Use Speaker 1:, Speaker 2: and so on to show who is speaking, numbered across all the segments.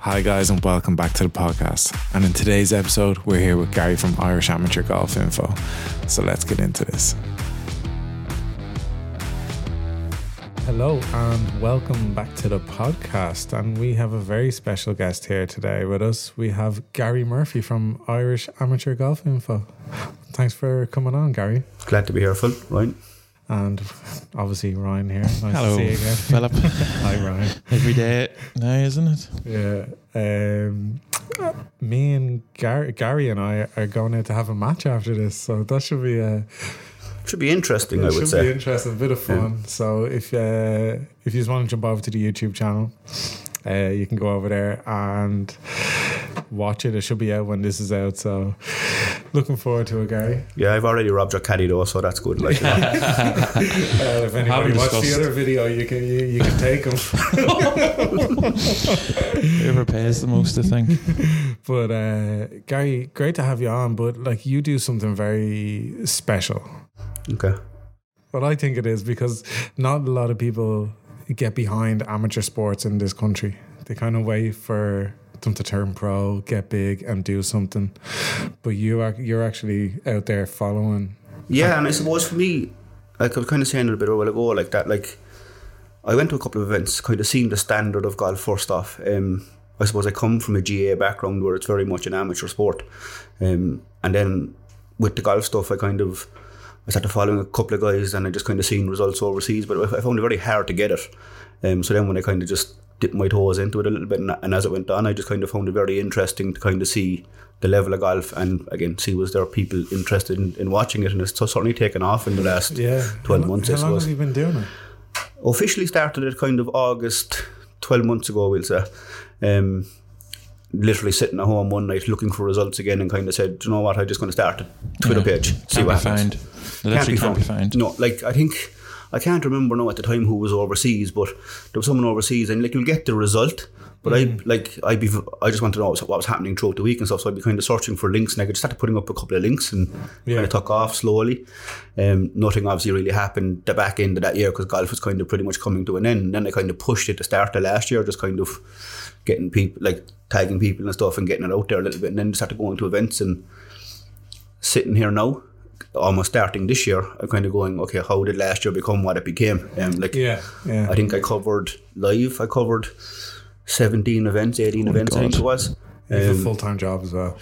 Speaker 1: Hi, guys, and welcome back to the podcast. And in today's episode, we're here with Gary from Irish Amateur Golf Info. So let's get into this. Hello, and welcome back to the podcast. And we have a very special guest here today with us. We have Gary Murphy from Irish Amateur Golf Info. Thanks for coming on, Gary.
Speaker 2: Glad to be here, Phil. Right.
Speaker 1: And obviously, Ryan here. Nice to
Speaker 3: Hello,
Speaker 1: see you again.
Speaker 3: Philip.
Speaker 1: Hi, Ryan.
Speaker 3: Every day now, isn't it?
Speaker 1: Yeah. Um, me and Gary, Gary and I are going out to have a match after this, so that should be a
Speaker 2: Should be interesting, I
Speaker 1: it
Speaker 2: would
Speaker 1: should
Speaker 2: say.
Speaker 1: be interesting, bit of fun. So if uh, if you just want to jump over to the YouTube channel, uh, you can go over there and watch it. It should be out when this is out. So looking forward to it, Gary.
Speaker 2: yeah, I've already robbed your caddy though, so that's good. Like, you know.
Speaker 1: Uh, if anybody watched the
Speaker 3: discussed.
Speaker 1: other video, you can you, you can take them.
Speaker 3: Whoever pays the most, I think.
Speaker 1: But uh, Gary, great to have you on. But like you do something very special.
Speaker 2: okay.
Speaker 1: Well, I think it is because not a lot of people get behind amateur sports in this country. They kind of wait for them to turn pro, get big, and do something. But you are you're actually out there following.
Speaker 2: Yeah, and I suppose for me, like I was kind of saying it a bit a while ago, like that, like I went to a couple of events, kind of seeing the standard of golf first off. Um, I suppose I come from a GA background where it's very much an amateur sport, um, and then with the golf stuff, I kind of I started following a couple of guys, and I just kind of seen results overseas, but I I found it very hard to get it. Um, so then when I kind of just dipped my toes into it a little bit, and, and as it went on, I just kind of found it very interesting to kind of see the level of golf, and again, see was there people interested in, in watching it, and it's certainly taken off in the last
Speaker 1: Yeah,
Speaker 2: twelve
Speaker 1: How lo-
Speaker 2: months.
Speaker 1: How
Speaker 2: I
Speaker 1: long
Speaker 2: suppose
Speaker 1: have you been doing it?
Speaker 2: officially started it kind of August, 12 months ago, we'll say. Um, literally sitting at home one night looking for results again and kind of said, "Do you know what, I'm just going to start a Twitter
Speaker 3: Yeah.
Speaker 2: page, see
Speaker 3: can't
Speaker 2: what
Speaker 3: be
Speaker 2: happens.
Speaker 3: found. Literally can't be found.
Speaker 2: No, like I think I can't remember now at the time who was overseas, but there was someone overseas, and like you'll get the result. But
Speaker 3: Mm.
Speaker 2: I like I be I just wanted to know what was, what was happening throughout the week and stuff, so I'd be kind of searching for links, and I could start putting up a couple of links, and
Speaker 1: Yeah.
Speaker 2: kind of took off slowly. Um, nothing obviously really happened the back end of that year because golf was kind of pretty much coming to an end. And then I kind of pushed it to start of last year, just kind of getting people like tagging people and stuff and getting it out there a little bit, and then just started going to events and sitting here now, almost starting this year, I'm kind of going, okay, how did last year become what it became? Um, like,
Speaker 1: Yeah, yeah.
Speaker 2: I think I covered live. I covered 17 events, 18 events. I think it
Speaker 3: God.
Speaker 2: was.
Speaker 1: You have a
Speaker 2: Um,
Speaker 1: full time job as well.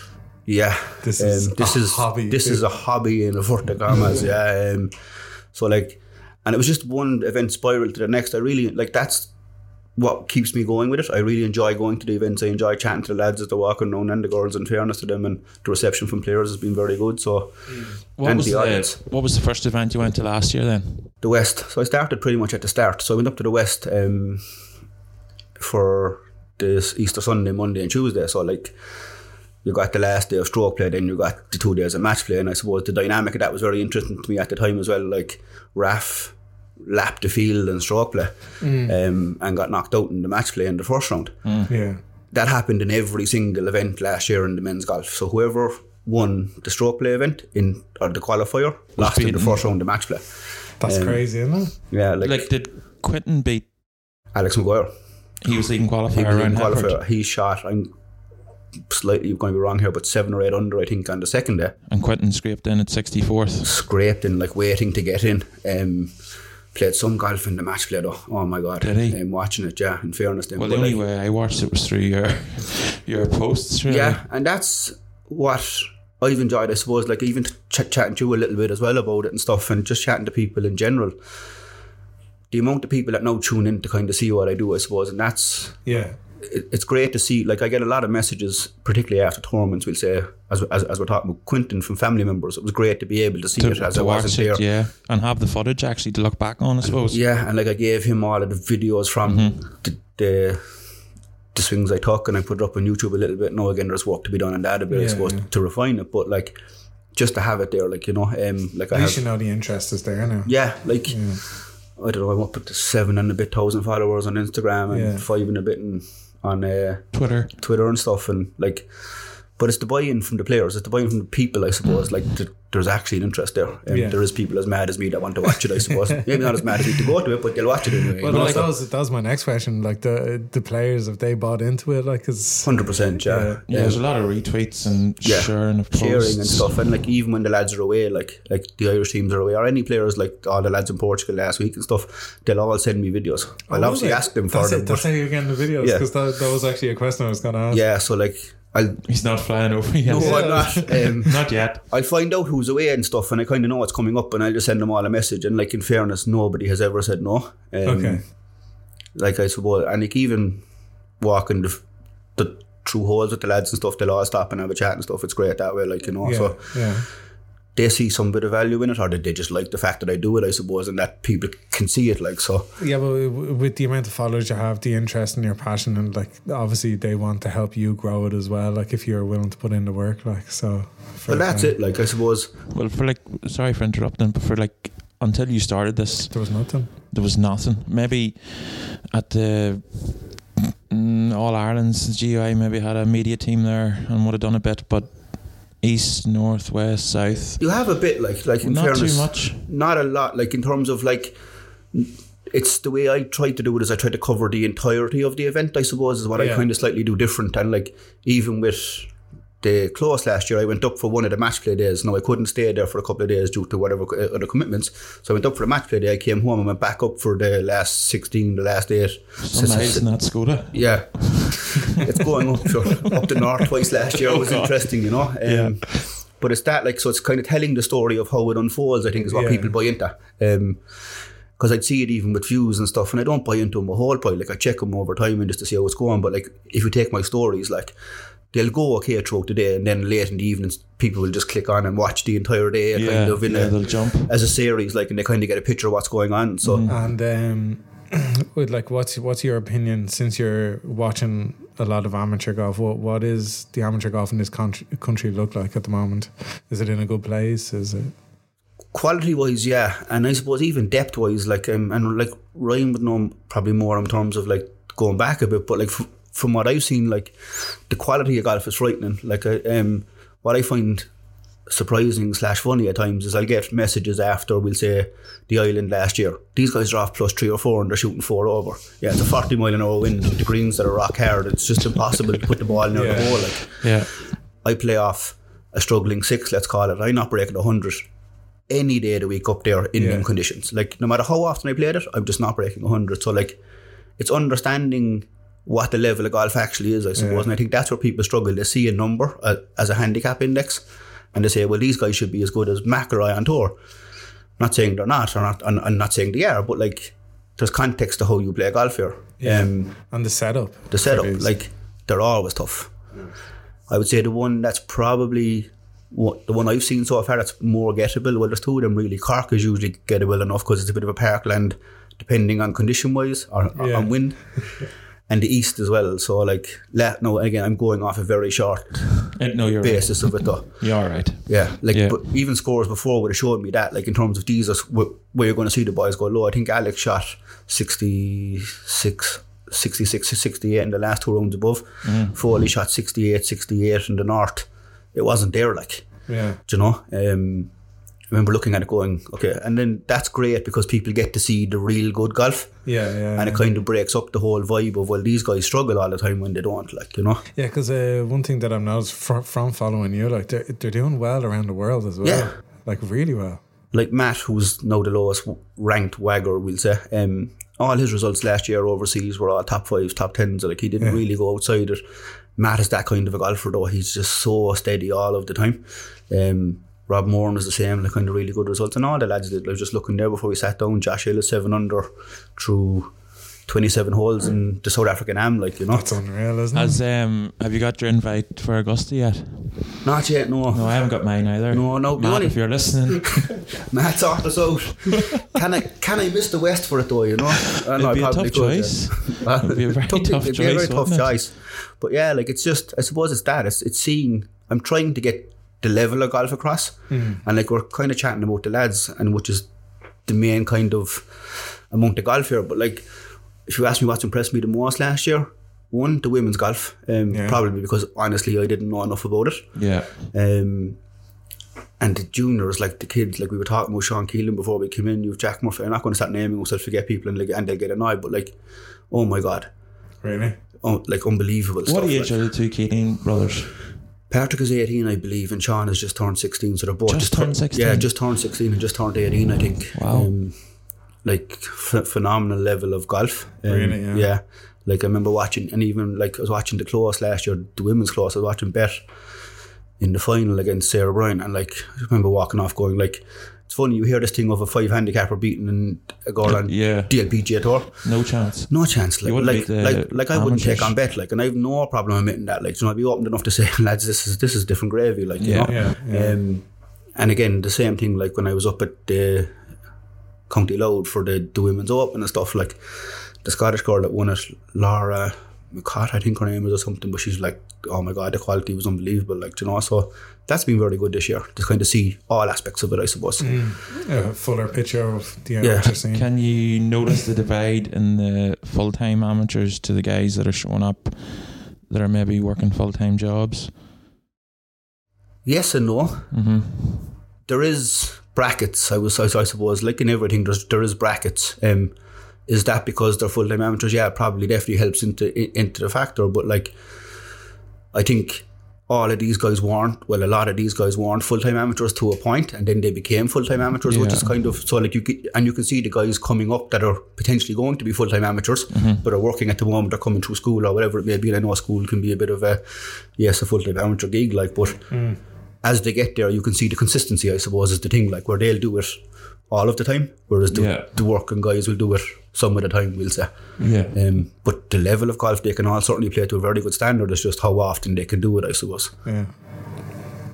Speaker 2: yeah, Um,
Speaker 1: This is
Speaker 2: this
Speaker 1: a
Speaker 2: is
Speaker 1: hobby, Mm.
Speaker 2: This
Speaker 1: dude.
Speaker 2: is a hobby in a Fortacamas. yeah, um, so like, and it was just one event spiral to the next. I really like that's what keeps me going with it. I really enjoy going to the events. I enjoy chatting to the lads as they're walking around and the girls. In fairness to them, and the reception from players has been very good. So,
Speaker 3: What
Speaker 2: and
Speaker 3: was
Speaker 2: the audience.
Speaker 3: the, what was the first event you went to last year then?
Speaker 2: the west. So I started pretty much at the start. So I went up to the west um, for this Easter Sunday, Monday, and Tuesday. So like you got the last day of stroke play, then you got the two days of match play, and I suppose the dynamic of that was very interesting to me at the time as well. Like Raf lapped the field in stroke play um, and got knocked out in the match play in the first round
Speaker 3: Mm.
Speaker 1: Yeah,
Speaker 2: that happened in every single event last year in the men's golf. So whoever won the stroke play event in or the qualifier lost in the
Speaker 3: beaten.
Speaker 2: first round of match play.
Speaker 1: that's
Speaker 2: Um,
Speaker 1: crazy, isn't it?
Speaker 2: Yeah,
Speaker 3: Like, did Quinton beat?
Speaker 2: Alex McGuire.
Speaker 3: He was leading qualifier
Speaker 2: He was
Speaker 3: around
Speaker 2: in
Speaker 3: Hereford,
Speaker 2: qualifier. He shot. I'm slightly going to be wrong here, but seven or eight under, I think, on the second day.
Speaker 3: and Quinton scraped in at sixty fourth.
Speaker 2: Scraped and like waiting to get in. Um, played some golf in the match play though. Oh my god!
Speaker 3: Did he?
Speaker 2: Um, watching it, yeah. In fairness, then.
Speaker 3: Well, the
Speaker 2: but,
Speaker 3: only
Speaker 2: like,
Speaker 3: way I watched it was through your your posts. Really.
Speaker 2: yeah, and that's what I've enjoyed, I suppose. Like even ch- chatting to you a little bit as well about it and stuff, and just chatting to people in general. The amount of people that now tune in to kind of see what I do, I suppose, and that's
Speaker 1: Yeah,
Speaker 2: it- it's great to see. Like I get a lot of messages, particularly after tournaments. We'll say, as, as, as we're talking about Quinton from family members, it was great to be able to see
Speaker 3: To,
Speaker 2: it as
Speaker 3: to
Speaker 2: I wasn't
Speaker 3: watch
Speaker 2: there.
Speaker 3: it, yeah, and have the footage actually to look back on, I suppose.
Speaker 2: Yeah, and like I gave him all of the videos from
Speaker 3: Mm-hmm.
Speaker 2: the, the the swings I took, and I put it up on YouTube a little bit. Now again, there's work to be done on that a bit, I
Speaker 1: Yeah,
Speaker 2: suppose,
Speaker 1: yeah.
Speaker 2: to refine it. But like, just to have it there, like you know, um, like I
Speaker 1: at least
Speaker 2: have,
Speaker 1: you know the interest is there now.
Speaker 2: yeah, like I don't know, I want to put the seven and a bit thousand followers on Instagram and
Speaker 1: Yeah.
Speaker 2: five and a bit and on uh,
Speaker 3: Twitter.
Speaker 2: Twitter and stuff, and like But it's the buy-in from the players. It's the buy-in from the people, I suppose. Like th- there's actually an interest there. Um,
Speaker 1: Mm. Yeah.
Speaker 2: There is people as mad as me that want to watch it. I suppose maybe not as mad as me to go to it, but they'll watch it anyway.
Speaker 1: Well, like, that, was, that was my next question. Like the the players, if they bought into it, like it's
Speaker 2: Hundred percent, yeah.
Speaker 3: Yeah, there's a lot of retweets and
Speaker 2: Yeah.
Speaker 3: sharing of posts.
Speaker 2: Sharing and stuff, and like even when the lads are away, like like the Irish teams are away, or any players like all the lads in Portugal last week and stuff, they'll all send me videos. I'll obviously ask them for
Speaker 1: Oh, that's
Speaker 2: them,
Speaker 1: It,
Speaker 2: but
Speaker 1: that's how you're getting the videos
Speaker 2: Yeah.
Speaker 1: because that, that was actually a question I was going to ask.
Speaker 2: yeah. So like, I'll
Speaker 3: He's not flying over yet.
Speaker 2: no, I'm not. Um,
Speaker 3: Not yet.
Speaker 2: I'll find out who's away and stuff, and I kind of know what's coming up, and I'll just send them all a message. And like in fairness, nobody has ever said no. Um,
Speaker 1: Okay.
Speaker 2: Like I suppose, and like even walking the, the through holes with the lads and stuff, they'll all stop and have a chat and stuff. It's great that way, like you know.
Speaker 1: Yeah.
Speaker 2: So
Speaker 1: yeah.
Speaker 2: they see some bit of value in it, or did they just like the fact that I do it? I suppose, and that people can see it. Like so,
Speaker 1: Yeah, but w- with the amount of followers you have, the interest and your passion, and like obviously they want to help you grow it as well. Like if you're willing to put in the work, like so.
Speaker 2: but that's it. Like I suppose,
Speaker 3: Well, for like, sorry for interrupting, but for like, until you started this,
Speaker 1: There was nothing.
Speaker 3: there was nothing. Maybe at the mm, All Ireland's GI maybe had a media team there and would have done a bit, but east, north, west, south,
Speaker 2: you have a bit like like in
Speaker 3: not
Speaker 2: fairness,
Speaker 3: too much.
Speaker 2: not a lot like in terms of like it's the way I tried to do it is I tried to cover the entirety of the event I suppose is what I
Speaker 1: Yeah.
Speaker 2: kind of slightly do different and like even with the close last year I went up for one of the match play days now I couldn't stay there for a couple of days due to whatever co- uh, other commitments so I went up for the match play day I came home and went back up for the last 16 the last 8
Speaker 3: Some miles in that Skoda.
Speaker 2: yeah it's going up sure. up the north twice last
Speaker 3: Oh,
Speaker 2: year it was interesting you know um, but it's that like so it's kind of telling the story of how it unfolds I think is what
Speaker 1: Yeah.
Speaker 2: people buy into um because I'd see it even with views and stuff, and I don't buy into them a whole pile. Like I check them over time and just to see how it's going. But like if you take my stories, like they'll go okay throughout the day, and then late in the evenings, people will just click on and watch the entire day,
Speaker 3: Yeah,
Speaker 2: kind of in
Speaker 3: yeah, they'll
Speaker 2: a,
Speaker 3: jump. Mm-hmm.
Speaker 2: as a series, like, and they kind of get a picture of what's going on. So
Speaker 1: And um, with like, what's what's your opinion since you're watching a lot of amateur golf? What what is the amateur golf in this country, country look like at the moment? Is it in a good place? Is it?
Speaker 2: quality wise, yeah, and I suppose even depth wise, like um, and like Ryan would know probably more in terms of like going back a bit, but like f- from what I've seen, like the quality of golf is frightening. Like I, um, what I find surprising slash funny at times is I'll get messages after we'll say the island last year. These guys are off plus three or four and they're shooting four over. Yeah, it's a forty mile an hour wind with the greens that are rock hard. It's just impossible to put the ball near the
Speaker 1: Yeah.
Speaker 2: hole. Like
Speaker 3: Yeah.
Speaker 2: I play off a struggling six, let's call it. I'm not breaking a hundred any day of the week up there in
Speaker 1: Yeah.
Speaker 2: them conditions. Like no matter how often I played it, I'm just not breaking a hundred. So like it's understanding what the level of golf actually is, I suppose. And I think that's where people struggle. They see a number uh, as a handicap index, and they say, "Well, these guys should be as good as McElroy on tour." Not saying they're not, or not, and, and not saying they are, but like there's context to how you play golf here. Um,
Speaker 1: And the setup.
Speaker 2: the setup.
Speaker 1: It is.
Speaker 2: Like they're always tough. I would say the one that's probably what, the one I've seen so far that's more gettable. Well, there's two of them really. Cork is usually gettable enough because it's a bit of a parkland, depending on condition wise or or
Speaker 1: Yeah.
Speaker 2: on wind. And the east as well. So like, la- no, again, I'm going off a very short
Speaker 3: Uh, No, you're right.
Speaker 2: basis of it though.
Speaker 3: You're all right.
Speaker 2: Yeah, like
Speaker 3: Yeah.
Speaker 2: But even scores before would have showed me that, like in terms of these, are s- wh- where you're going to see the boys go low. I think Alex shot 66, 66, 68 in the last two rounds above. Foley shot 68, 68 in the north. It wasn't there, like,
Speaker 1: yeah.
Speaker 2: do you know? Um, I remember looking at it going, okay. And then that's great because people get to see the real good golf
Speaker 1: Yeah, yeah,
Speaker 2: and it kind of breaks up the whole vibe of, well, these guys struggle all the time when they don't, like, you know?
Speaker 1: yeah. Because uh, one thing that I've noticed from, from following you, like they're they're doing well around the world as well,
Speaker 2: Yeah.
Speaker 1: like really well.
Speaker 2: like Matt, who's now the lowest ranked wagger, we'll say, um, all his results last year overseas were all top fives, top tens. Like he didn't really go outside it. Matt is that kind of a golfer, though. He's just so steady all of the time. Um, Rob Moran is the same, like kind of really good results. And all the lads did. I was just looking there before we sat down. Josh Hill is seven under through 27 holes in the South African Am, like, you know.
Speaker 1: It's unreal, isn't it?
Speaker 3: Has um, have you got your invite for Augusta yet?
Speaker 2: Not yet, no.
Speaker 3: No, I haven't got mine either.
Speaker 2: No, no, the
Speaker 3: Matt,
Speaker 2: only-
Speaker 3: if you're listening,
Speaker 2: Matt, sort us out. can I can I miss the West for it, though, you know? Uh, no,
Speaker 3: it'd
Speaker 2: I
Speaker 3: be a
Speaker 2: probably
Speaker 3: tough
Speaker 2: could, yeah.
Speaker 3: choice. It'd be a very
Speaker 2: Tough-
Speaker 3: tough
Speaker 2: it'd
Speaker 3: choice.
Speaker 2: be a very tough
Speaker 3: wouldn't it?
Speaker 2: choice. But yeah, like it's just I suppose it's that. It's it's seeing I'm trying to get the level of golf across.
Speaker 3: Hmm.
Speaker 2: And like we're kind of chatting about the lads and which is the main kind of amount the golf here. But like if you ask me what's impressed me the most last year, One, the women's golf, um,
Speaker 1: Yeah.
Speaker 2: probably because honestly I didn't know enough about it.
Speaker 3: Yeah.
Speaker 2: Um, and the juniors, like the kids, like we were talking with Sean Keelan before we came in, you've Jack Murphy. I'm not going to start naming ourselves to get people and like, and they'll get annoyed, but like, oh my god,
Speaker 1: Really?
Speaker 2: oh, like unbelievable
Speaker 3: What
Speaker 2: stuff.
Speaker 3: age
Speaker 2: like.
Speaker 3: are the two Keating brothers?
Speaker 2: Patrick is 18, I believe, and Sean has just turned 16. So they're both
Speaker 3: Just turned 16?
Speaker 2: Yeah, just turned 16 and just turned 18, I think.
Speaker 3: Wow.
Speaker 2: Um, like ph phenomenal level of golf. Um,
Speaker 1: Really, yeah.
Speaker 2: Like I remember watching, and even like I was watching the class last year, the women's class. I was watching Bet in the final against Sarah Bryan, and like I remember walking off going like. It's funny you hear this thing of a five handicapper beating and a girl on
Speaker 3: Yeah.
Speaker 2: DLPGA tour.
Speaker 3: No chance.
Speaker 2: No chance. Like,
Speaker 3: You wouldn't
Speaker 2: like,
Speaker 3: beat the
Speaker 2: like, like I wouldn't
Speaker 3: amateurs.
Speaker 2: take on bet. Like, and I have no problem admitting that. Like, you know, I'd be open enough to say, lads, this is this is different gravy. Like, you
Speaker 3: Yeah.
Speaker 2: know.
Speaker 1: Yeah. yeah.
Speaker 2: Um, and again, the same thing. Like when I was up at the County Loud for the, the women's open and stuff. Like the Scottish girl that won it, Laura McCott, I think her name is or something. But she's like, oh my god, the quality was unbelievable. Like, you know. So that's been very good this year to kind of see all aspects of it. I suppose.
Speaker 1: A fuller picture of the
Speaker 2: Yeah.
Speaker 1: amateur scene.
Speaker 3: Can you notice the divide in the full time amateurs to the guys that are showing up that are maybe working full time jobs?
Speaker 2: Yes and no.
Speaker 3: Mm-hmm.
Speaker 2: there is brackets. I was, I, I suppose, like in everything, there's, there is brackets. Um, is that because they're full time amateurs? Yeah, it probably definitely helps into i- into the factor. But like, I think all of these guys weren't. Well, a lot of these guys weren't full time amateurs to a point, and then they became full time amateurs, which
Speaker 3: Yeah.
Speaker 2: is kind of so like you get, and you can see the guys coming up that are potentially going to be full time amateurs, but are working at the moment. They're coming through school or whatever it may be. And I know school can be a bit of a yes, a full time amateur gig, like, but as they get there, you can see the consistency, I suppose, is the thing, like where they'll do it all of the time, whereas the,
Speaker 3: Yeah. Mm.
Speaker 2: the working guys will do it some of the time, we'll say.
Speaker 3: Yeah.
Speaker 2: Um, but the level of golf they can all certainly play to a very good standard. It's just how often they can do it, I suppose.
Speaker 1: Yeah.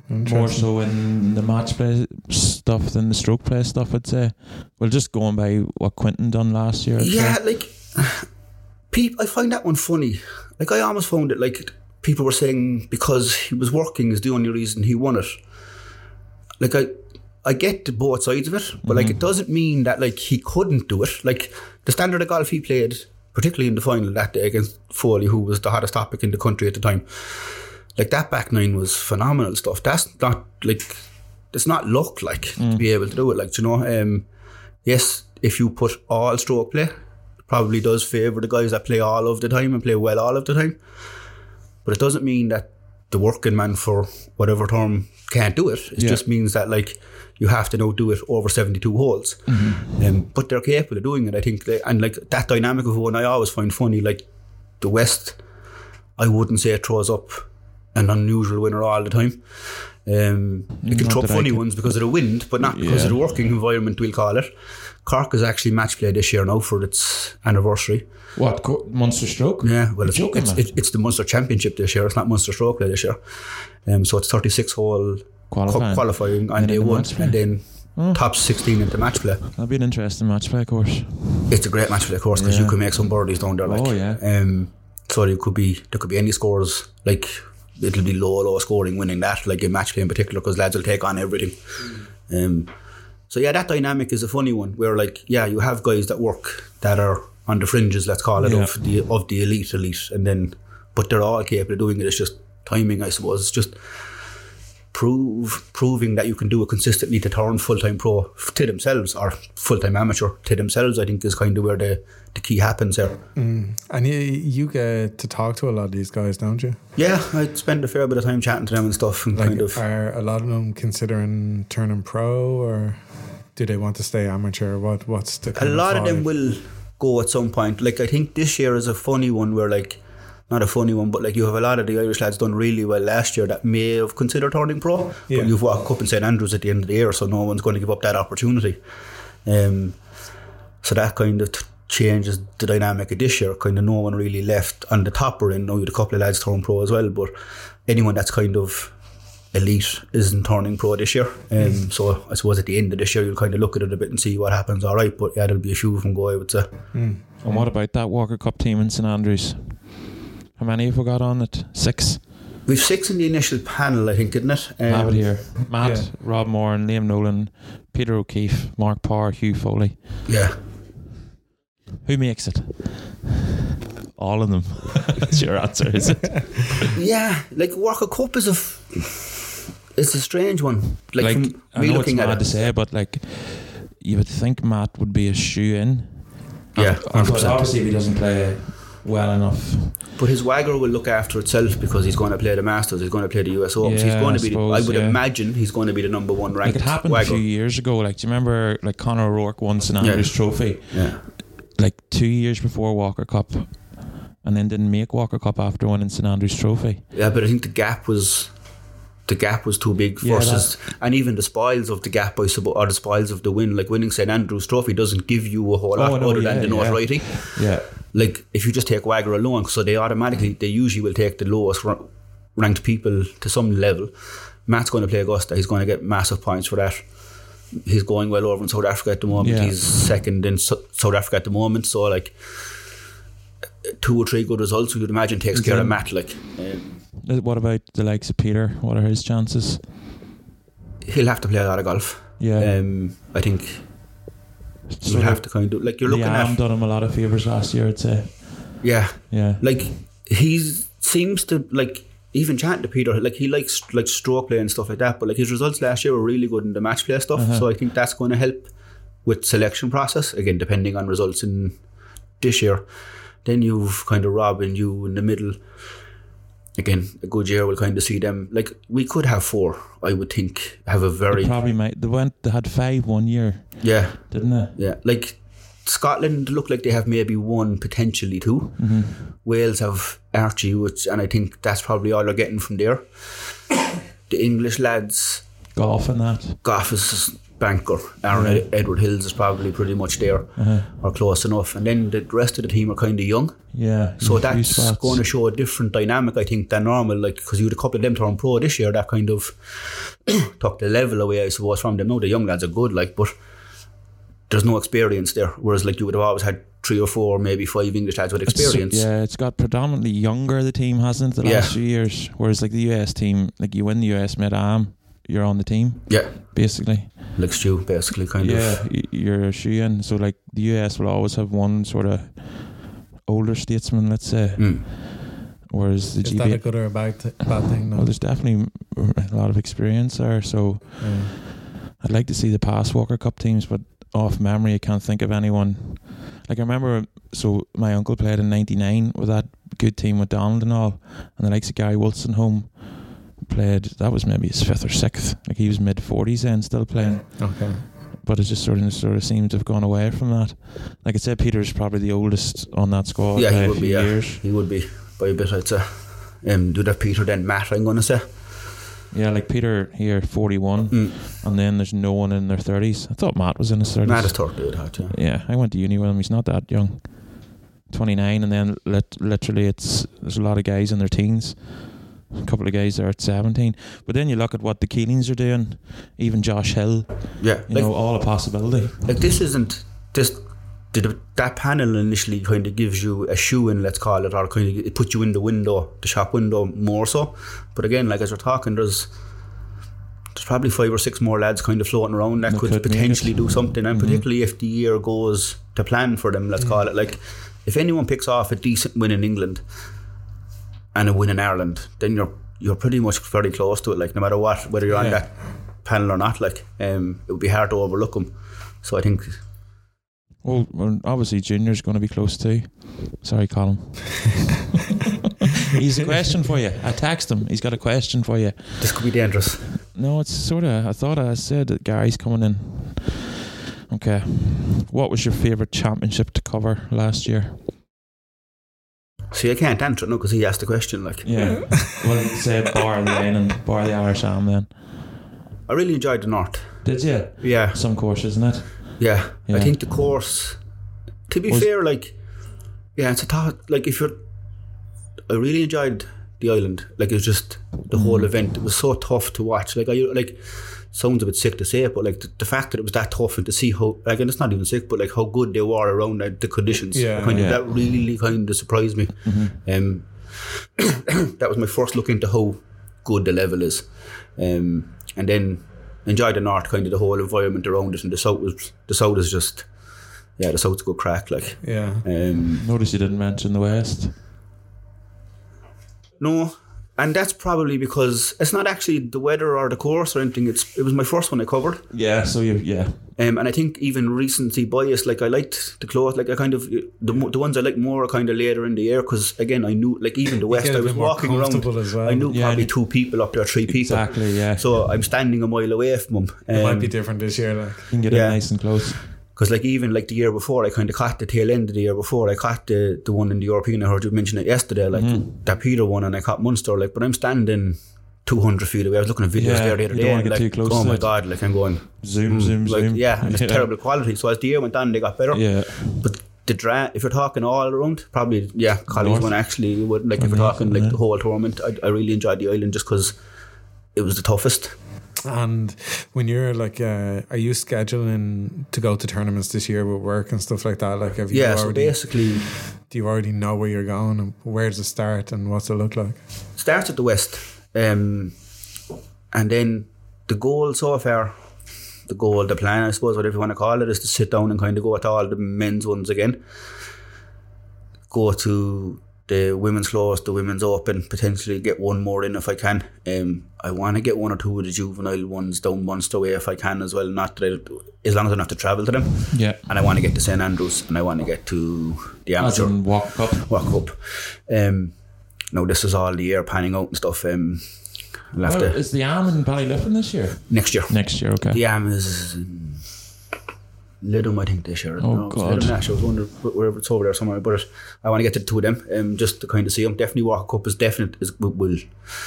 Speaker 3: More so in the match play stuff than the stroke play stuff, I'd say. Well, just going by what Quinton done last year. I'd say.
Speaker 2: Yeah, like people, I find that one funny. Like I almost found it like people were saying because he was working is the only reason he won it. Like I, I get the both sides of it, but like it doesn't mean that like he couldn't do it. Like the standard of golf he played, particularly in the final that day against Foley, who was the hottest topic in the country at the time. Like that back nine was phenomenal stuff. That's not like it's not luck like to be able to do it. Like do you know, um, yes, if you put all stroke play, it probably does favour the guys that play all of the time and play well all of the time. But it doesn't mean that the working man for whatever term can't do it. It
Speaker 3: Yeah.
Speaker 2: just means that like you have to now do it over seventy two holes.
Speaker 3: Mm-hmm.
Speaker 2: Um, but they're capable of doing it. I think, they, and like that dynamic of one, I always find funny. Like the West, I wouldn't say it throws up an unusual winner all the time. Um, it can
Speaker 3: Not
Speaker 2: throw up
Speaker 3: that I
Speaker 2: funny
Speaker 3: could-
Speaker 2: ones because of the wind, but not because
Speaker 3: Yeah.
Speaker 2: of the working environment, we'll call it. Cork is actually match play this year now for its anniversary.
Speaker 3: What? Co- Monster stroke?
Speaker 2: Yeah, well, it's,
Speaker 3: joking,
Speaker 2: it's,
Speaker 3: man.
Speaker 2: it's, it's the Munster Championship this year. It's not Munster Stroke Play this year. Um, so it's 36 hole qualifying,
Speaker 3: Qualifying.
Speaker 2: qualifying on
Speaker 3: And
Speaker 2: day
Speaker 3: then the
Speaker 2: one
Speaker 3: match play. Hmm.
Speaker 2: and then top 16 into match play.
Speaker 3: That'd be an interesting match play course.
Speaker 2: It's a great match play, of course, because
Speaker 3: Yeah.
Speaker 2: you can make some birdies down there. Like,
Speaker 3: Oh, yeah.
Speaker 2: Um, so there could be there could be any scores. Like it'll be low, low scoring, winning that. Like in match play in particular, because lads will take on everything.
Speaker 3: Mm.
Speaker 2: Um, so yeah, that dynamic is a funny one where like yeah, you have guys that work that are on the fringes, let's call it, of the of the elite elite, and then but they're all capable of doing it. It's just timing, I suppose. It's just prove proving that you can do it consistently to turn full time pro f- to themselves or full time amateur to themselves. I think is kind of where the the key happens here.
Speaker 1: And you, you get to talk to a lot of these guys, don't you?
Speaker 2: Yeah, I spend a fair bit of time chatting to them and stuff, and
Speaker 1: Like,
Speaker 2: kind of.
Speaker 1: are a lot of them considering turning pro, or do they want to stay amateur? What What's the
Speaker 2: a
Speaker 1: kind
Speaker 2: lot of them
Speaker 1: vibe?
Speaker 2: will go at some point. Like I think this year is a funny one where like not a funny one, but like you have a lot of the Irish lads done really well last year that may have considered turning pro.
Speaker 1: Yeah.
Speaker 2: But you've walked up in St Andrews at the end of the year, so no one's going to give up that opportunity. Um, so that kind of t- changes the dynamic of this year. Kind of no one really left on the top or in. Now you had a couple of lads turn pro as well, but anyone that's kind of elite isn't turning pro this year. Um,
Speaker 3: Hmm.
Speaker 2: So I suppose at the end of this year, you'll kind of look at it a bit and see what happens. All right, but yeah, there'll be a few of them go. I would say
Speaker 3: And what about that Walker Cup team in St Andrews? How many have we got on it? Six.
Speaker 2: we've six in the initial panel, I think, isn't it? Um,
Speaker 3: Have it here. Matt,
Speaker 1: yeah.
Speaker 3: Rob Moore, and Liam Nolan, Peter O'Keefe, Mark Parr, Hugh Foley.
Speaker 2: Yeah,
Speaker 3: Who makes it? All of them. That's your answer, is it?
Speaker 2: Yeah, like Walker Cup is a. F- it's a strange one. Like,
Speaker 3: Like,
Speaker 2: from
Speaker 3: I
Speaker 2: me
Speaker 3: know it's
Speaker 2: looking at
Speaker 3: mad
Speaker 2: it.
Speaker 3: to say, but like, you would think Matt would be a shoe in.
Speaker 2: Yeah,
Speaker 3: But
Speaker 2: 100%.
Speaker 3: obviously, if he doesn't play well enough,
Speaker 2: But his Wagger will look after itself because he's going to play the Masters, he's going to play the US Open. so he's
Speaker 3: Yeah,
Speaker 2: going
Speaker 3: I
Speaker 2: to be. the, I
Speaker 3: suppose,
Speaker 2: would
Speaker 3: yeah.
Speaker 2: imagine he's going to be the number one
Speaker 3: like
Speaker 2: ranked
Speaker 3: it happened a few
Speaker 2: Wagger.
Speaker 3: years ago. Like, do you remember like Conor O'Rourke won St
Speaker 2: Yeah.
Speaker 3: Andrews Trophy
Speaker 2: Yeah,
Speaker 3: like two years before Walker Cup, and then didn't make Walker Cup after winning St Andrews Trophy?
Speaker 2: yeah, but I think the gap was. The gap was too big
Speaker 3: Yeah,
Speaker 2: versus, and even the spoils of the gap, I suppose, or the spoils of the win, like winning St Andrews Trophy, doesn't give you a whole lot
Speaker 3: Oh, no,
Speaker 2: other than
Speaker 3: yeah,
Speaker 2: the
Speaker 3: yeah.
Speaker 2: notoriety.
Speaker 3: Yeah,
Speaker 2: like if you just take Wagger alone, so they automatically they usually will take the lowest ra- ranked people to some level. Matt's going to play Augusta. He's going to get massive points for that. He's going well over in South Africa at the moment.
Speaker 3: Yeah.
Speaker 2: He's second in so- South Africa at the moment. So like two or three good results, we would imagine takes care of Matt. Like um,
Speaker 3: Uh, What about the likes of Peter? What are his chances?
Speaker 2: he'll have to play a lot of golf.
Speaker 3: Yeah,
Speaker 2: Um, I think
Speaker 3: so
Speaker 2: you'll have to kind of like you're looking
Speaker 3: Liam
Speaker 2: at
Speaker 3: done him a lot of favors last year. I'd say.
Speaker 2: yeah.
Speaker 3: Yeah,
Speaker 2: like he seems to like even chatting to Peter, like he likes like stroke play and stuff like that. But like his results last year were really good in the match play stuff, so I think that's going to help with selection process again, depending on results in this year. Then you've kind of Rob and you in the middle. Again, a good year. We'll kind of see them. Like we could have four, I would think. Have a
Speaker 3: They
Speaker 2: very
Speaker 3: probably might. They went. They had five one year,
Speaker 2: yeah,
Speaker 3: didn't they?
Speaker 2: yeah. Like Scotland look like they have maybe one, potentially 2 Wales have Archie, which, and I think that's probably all they're getting from there. the English lads,
Speaker 3: Golf and that.
Speaker 2: Goff is banker. Aaron Ed- Edward Hills is probably pretty much there or close enough. And then the rest of the team are kind of young.
Speaker 3: Yeah.
Speaker 2: So
Speaker 3: in a few
Speaker 2: that's
Speaker 3: spots.
Speaker 2: going to show a different dynamic, I think, than normal. Like because you had a couple of them turn pro this year, that kind of took the level away, I suppose, from them. No, the young lads are good, like, but there's no experience there. Whereas like you would have always had three or four, maybe five English lads with
Speaker 3: It's so-
Speaker 2: experience.
Speaker 3: yeah, it's got predominantly younger the team hasn't it, the
Speaker 2: Yeah.
Speaker 3: last few years. Whereas like the US team, like you win the US mid am, you're on the team
Speaker 2: yeah,
Speaker 3: basically.
Speaker 2: like Stu, basically, kind of.
Speaker 3: Yeah, y- you're a shoe in. So like the US will always have one sort of older statesman, let's say.
Speaker 2: Mm.
Speaker 3: Whereas the
Speaker 1: Is that a
Speaker 3: GB,
Speaker 1: good or a bad, th- bad thing?
Speaker 3: well,
Speaker 1: No.
Speaker 3: there's definitely a lot of experience there. So
Speaker 1: Yeah.
Speaker 3: I'd like to see the past Walker Cup teams, but off memory, I can't think of anyone. Like I remember, so my uncle played in '99 with that good team with Donald and all, and the likes of Gary Wilson home played. That was maybe his fifth or sixth. Like he was mid 40s then, still playing.
Speaker 1: Okay.
Speaker 3: But it just sort of sort of seems to have gone away from that. Like I said, Peter's probably the oldest on that squad.
Speaker 2: Yeah,
Speaker 3: by
Speaker 2: he
Speaker 3: a
Speaker 2: would
Speaker 3: few
Speaker 2: be. Yeah,
Speaker 3: years.
Speaker 2: he would be by a bit. I'd say. Um, do that Peter then Matt. I'm gonna say.
Speaker 3: Yeah, like Peter here, 41,
Speaker 2: Mm.
Speaker 3: and then there's no one in their 30s. I thought Matt was in his 30s.
Speaker 2: Matt is thirty. I'd have to.
Speaker 3: Yeah, I went to uni with him. He's not that young. 29, and then lit- literally, it's there's a lot of guys in their teens. A couple of guys are at 17. But then you look at what the Keelings are doing, even Josh Hill,
Speaker 2: Yeah,
Speaker 3: you
Speaker 2: like-
Speaker 3: know, all a possibility.
Speaker 2: like this isn't this did that panel initially kind of gives you a shoe in let's call it or kind of it puts you in the window the shop window more so but again like as we're talking there's there's probably five or six more lads kind of floating around that
Speaker 3: That
Speaker 2: could,
Speaker 3: could make
Speaker 2: potentially
Speaker 3: it. Mm-hmm.
Speaker 2: do something and particularly if the year goes to plan for them let's call it like if anyone picks off a decent win in England and a win in Ireland then you're you're pretty much very close to it like no matter what whether you're on
Speaker 3: Yeah.
Speaker 2: that panel or not like um, it would be hard to overlook them so I think
Speaker 3: Well, well obviously, Junior's going to be close too. Sorry, Colin. He's a question for you. I text him. He's got a question for you.
Speaker 2: This could be dangerous.
Speaker 3: No, it's sort of. I thought I said that Gary's coming in. Okay. What was your favourite championship to cover last year?
Speaker 2: See, I can't answer it, no, because he asked the question. Like,
Speaker 3: Yeah. well, say bar the Lane and bar the Irish Am then.
Speaker 2: I really enjoyed the North.
Speaker 3: Did you?
Speaker 2: Yeah,
Speaker 3: Some course, isn't it?
Speaker 2: yeah.
Speaker 3: Yeah.
Speaker 2: I think the course. To be
Speaker 3: Was-
Speaker 2: fair, like, yeah, it's a thought. Like, if you're, I really enjoyed the island. Like, it was just the whole event. It was so tough to watch. Like, I like. Sounds a bit sick to say it, but like the, the fact that it was that tough and to see how like and it's not even sick, but like how good they were around like, the conditions,
Speaker 1: Yeah.
Speaker 2: kind of,
Speaker 3: Yeah.
Speaker 2: that really kind of surprised me. Um, that was my first look into how good the level is. Um, and then enjoy the north, kind of the whole environment around it, and the south was the south is just yeah, the South's a good crack. Like,
Speaker 1: Yeah.
Speaker 2: um,
Speaker 3: Notice you didn't mention the West.
Speaker 2: No, and that's probably because it's not actually the weather or the course or anything. It's it was my first one I covered,
Speaker 3: Yeah, so you yeah.
Speaker 2: um, and I think even recency bias. Like I liked the cloth. Like I kind of the mo- the ones I like more are kind of later in the year because again I knew like even the west
Speaker 1: get a
Speaker 2: I was
Speaker 1: bit more
Speaker 2: walking around.
Speaker 1: comfortable as well.
Speaker 2: I knew
Speaker 3: Yeah,
Speaker 2: probably
Speaker 3: and-
Speaker 2: two people up there, three people.
Speaker 3: Exactly, yeah.
Speaker 2: So I'm standing a mile away from them.
Speaker 1: It might
Speaker 2: Um,
Speaker 1: be different this year. Like,
Speaker 3: You can get
Speaker 2: Yeah.
Speaker 3: it nice and close.
Speaker 2: because like even like the year before, I kind of caught the tail end of the year before. I caught the, the one in the European. I heard you mention it yesterday, like
Speaker 3: Mm-hmm.
Speaker 2: that Peter one, and I caught Munster. Like, but I'm standing two hundred feet away. I was looking at videos
Speaker 3: Yeah,
Speaker 2: there the other
Speaker 3: you
Speaker 2: day.
Speaker 3: don't wanna
Speaker 2: and,
Speaker 3: get
Speaker 2: like,
Speaker 3: too close
Speaker 2: Oh
Speaker 3: to
Speaker 2: my
Speaker 3: it.
Speaker 2: god! Like I'm going
Speaker 3: Zoom, zoom,
Speaker 2: Mm, like
Speaker 3: zoom.
Speaker 2: yeah, and it's terrible quality. So as the year went on, they got better.
Speaker 3: Yeah.
Speaker 2: But the dra- if you're talking all around, probably yeah, Collins
Speaker 3: North. Mm-hmm.
Speaker 2: one actually would like if you're
Speaker 3: North,
Speaker 2: talking like
Speaker 3: yeah.
Speaker 2: the whole tournament. I, I really enjoyed the island just because it was the toughest.
Speaker 1: and when you're like, uh, are you scheduling to go to tournaments this year with work and stuff like that? Like, have you
Speaker 2: Yeah, so
Speaker 1: already?
Speaker 2: basically.
Speaker 1: do you already know where you're going and where does it start and what's it look like?
Speaker 2: starts at the west, um, and then the goal so far, the goal, the plan, I suppose, whatever you want to call it, is to sit down and kind of go at all the men's ones again. Go to the women's floors, the women's open, potentially get one more in if I can. Um, I want to get one or two of the juvenile ones down Munster way if I can as well. Not that I, as long as I don't have to travel to them.
Speaker 3: Yeah.
Speaker 2: And I want to get to St Andrews, and I want to get to the
Speaker 3: As
Speaker 2: amateur
Speaker 3: in walk up.
Speaker 2: walk up. Um, no, this is all the year panning out and stuff. Um, I'll have
Speaker 3: Well,
Speaker 2: to
Speaker 3: is the arm in Ballyliffin this year?
Speaker 2: next year.
Speaker 3: Next year, okay.
Speaker 2: The Am is in Lidham, I think, this year.
Speaker 3: Oh,
Speaker 2: it's
Speaker 3: God.
Speaker 2: Lidham Nash. I was wondering wh- wherever it's over there somewhere, but I want to get to the two of them um, just to kind of see them. Definitely Walk Up is definite. Is, will, will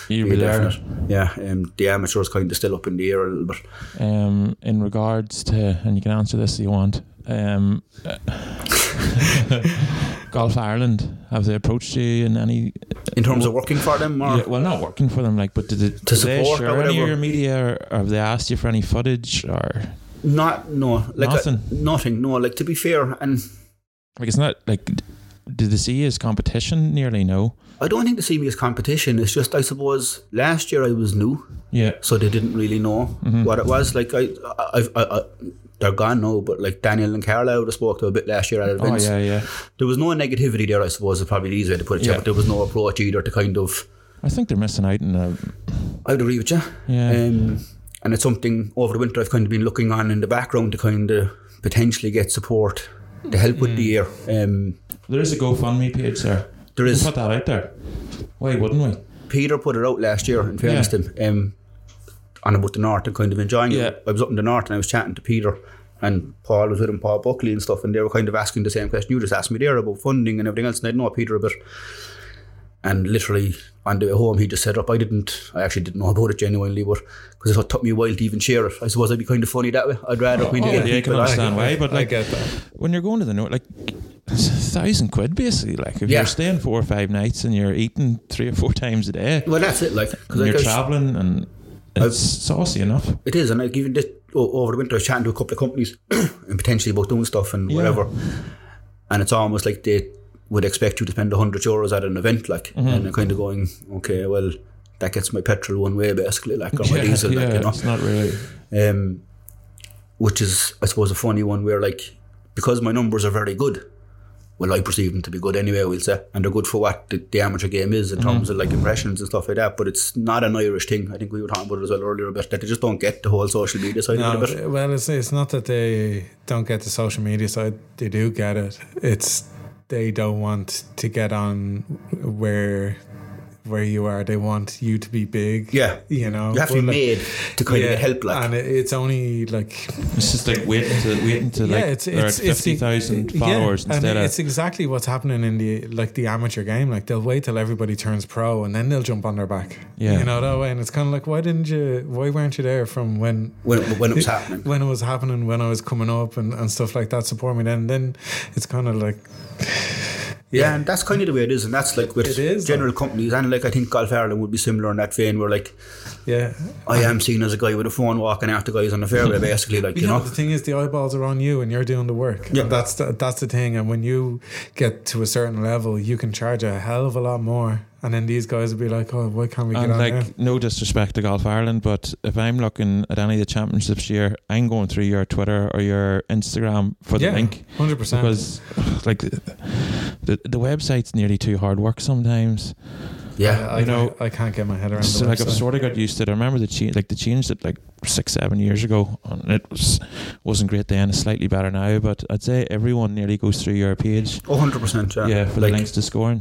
Speaker 3: You'll
Speaker 2: be
Speaker 3: be there.
Speaker 2: definite. Yeah, um, the amateur is kind of still up in the air a little bit.
Speaker 3: Um, in regards to, and you can answer this if you want. Um, uh, Golf Ireland, have they approached you in any?
Speaker 2: In terms of working for them, or
Speaker 3: Yeah, well, not working for them, like, but did it,
Speaker 2: To
Speaker 3: did they
Speaker 2: support or
Speaker 3: share any of
Speaker 2: whatever.
Speaker 3: your media, or, or have they asked you for any footage, or
Speaker 2: not, no, like
Speaker 3: Nothing.
Speaker 2: I, nothing, no. Like to be fair, and
Speaker 3: like it's not like d- did they see you as competition? Nearly no.
Speaker 2: I don't think they see me as competition. It's just I suppose last year I was new.
Speaker 3: Yeah,
Speaker 2: so they didn't really know
Speaker 3: Mm-hmm.
Speaker 2: what it was. Like I, I, I, I, they're gone now, but like Daniel and Carla, I would have spoke to a bit last year at
Speaker 3: oh
Speaker 2: events.
Speaker 3: yeah, yeah.
Speaker 2: There was no negativity there, I suppose. Is probably the easy way to put it. Yeah.
Speaker 3: Yeah.
Speaker 2: But there was no approach either to kind of.
Speaker 3: I think they're missing out on a
Speaker 2: I would agree with you.
Speaker 3: Yeah.
Speaker 2: Um, and it's something over the winter I've kind of been looking on in the background to kind of potentially get support to help
Speaker 3: Mm.
Speaker 2: with the year. Um,
Speaker 3: There is a GoFundMe page there.
Speaker 2: There
Speaker 3: We'll
Speaker 2: is.
Speaker 3: Put that out there. Why wouldn't we?
Speaker 2: Peter put it out last year, in fairness
Speaker 3: Yeah.
Speaker 2: to him, um, on about the north and kind of enjoying
Speaker 3: Yeah.
Speaker 2: it. I was up in the north and I was chatting to Peter and Paul was with him, Paul Buckley and stuff, and they were kind of asking the same question you just asked me there about funding and everything else, and I know Peter a bit. And literally on the way home, he just said, "Up, I didn't. I actually didn't know about it genuinely, but because it took me a while to even share it. I suppose I'd be kind of funny that way. I'd rather kind of
Speaker 3: oh,
Speaker 2: get
Speaker 3: yeah, I
Speaker 2: people
Speaker 3: can
Speaker 2: on.
Speaker 3: understand why, but
Speaker 1: I
Speaker 3: like
Speaker 1: get that.
Speaker 3: when you're going to the north, like it's a thousand quid basically. Like if
Speaker 2: Yeah.
Speaker 3: you're staying four or five nights and you're eating three or four times a day,
Speaker 2: Well, that's it. Like, because
Speaker 3: and
Speaker 2: like,
Speaker 3: you're
Speaker 2: I was-
Speaker 3: traveling, and it's saucy enough.
Speaker 2: It is, and like even this o- over the winter, I was chatting to a couple of companies and potentially about doing stuff and
Speaker 3: Yeah.
Speaker 2: whatever. And it's almost like they would expect you to spend hundred euros at an event, like,
Speaker 3: Mm-hmm.
Speaker 2: and I'm kind of going, okay, well, that gets my petrol one way, basically, like, or my diesel,
Speaker 3: yeah,
Speaker 2: like, you know
Speaker 3: it's not really.
Speaker 2: um, which is, I suppose, a funny one where, like, because my numbers are very good, well, I perceive them to be good anyway, we'll say, and they're good for what the, the amateur game is
Speaker 1: Mm-hmm.
Speaker 2: in terms of like impressions and stuff like that. But it's not an Irish thing. I think we were talking about it as well earlier, but that they just don't get the whole social media side
Speaker 1: No,
Speaker 2: of it. a bit.
Speaker 1: well, it's, it's not that they don't get the social media side; they do get it. It's they don't want to get on where where you are. They want you to be big.
Speaker 2: Yeah.
Speaker 1: you know,
Speaker 2: You have to be
Speaker 1: Well, like-
Speaker 2: made to kind of
Speaker 1: yeah,
Speaker 2: get help, like.
Speaker 1: and it, it's only like
Speaker 3: It's just like waiting to waiting to like they're at
Speaker 1: the-
Speaker 3: fifty thousand
Speaker 1: yeah,
Speaker 3: followers
Speaker 1: and
Speaker 3: instead
Speaker 1: it's
Speaker 3: of
Speaker 1: exactly what's happening in the like the amateur game. Like they'll wait till everybody turns pro and then they'll jump on their back.
Speaker 3: Yeah.
Speaker 1: you know that way. And it's kind of like, why didn't you? Why weren't you there from when?
Speaker 2: when, when it was happening.
Speaker 1: When it was happening, when I was coming up and, and stuff like that, support me then. Then it's kind of like,
Speaker 2: Yeah, and that's kind of the way it is, and that's like with
Speaker 1: It is,
Speaker 2: general companies, and like I think Golf Ireland would be similar in that vein, where like
Speaker 1: yeah.
Speaker 2: I am seen as a guy with a phone walking after guys on the fairway, basically, like
Speaker 1: But
Speaker 2: you know.
Speaker 1: the thing is, the eyeballs are on you, and you're doing the work.
Speaker 2: Yeah.
Speaker 1: And that's the, that's the thing. And when you get to a certain level, you can charge a hell of a lot more And then these guys would be like, oh, why can't we get
Speaker 3: and
Speaker 1: on
Speaker 3: like,
Speaker 1: now?
Speaker 3: no disrespect to Golf Ireland, but if I'm looking at any of the championships year, I'm going through your Twitter or your Instagram for the
Speaker 1: Yeah,
Speaker 3: link
Speaker 1: 100%.
Speaker 3: because, like, the, the the website's nearly too hard work sometimes.
Speaker 1: I, Uh, I
Speaker 3: you know,
Speaker 1: can't- I can't get my head around
Speaker 3: So
Speaker 1: the
Speaker 3: like I've
Speaker 1: website.
Speaker 3: sort of got used to it. I remember the change, like the change that like six, seven years ago, and it was wasn't great then. It's slightly better now, but I'd say everyone nearly goes through your page.
Speaker 2: Oh, 100%. Yeah,
Speaker 3: Yeah, for the links to scoring.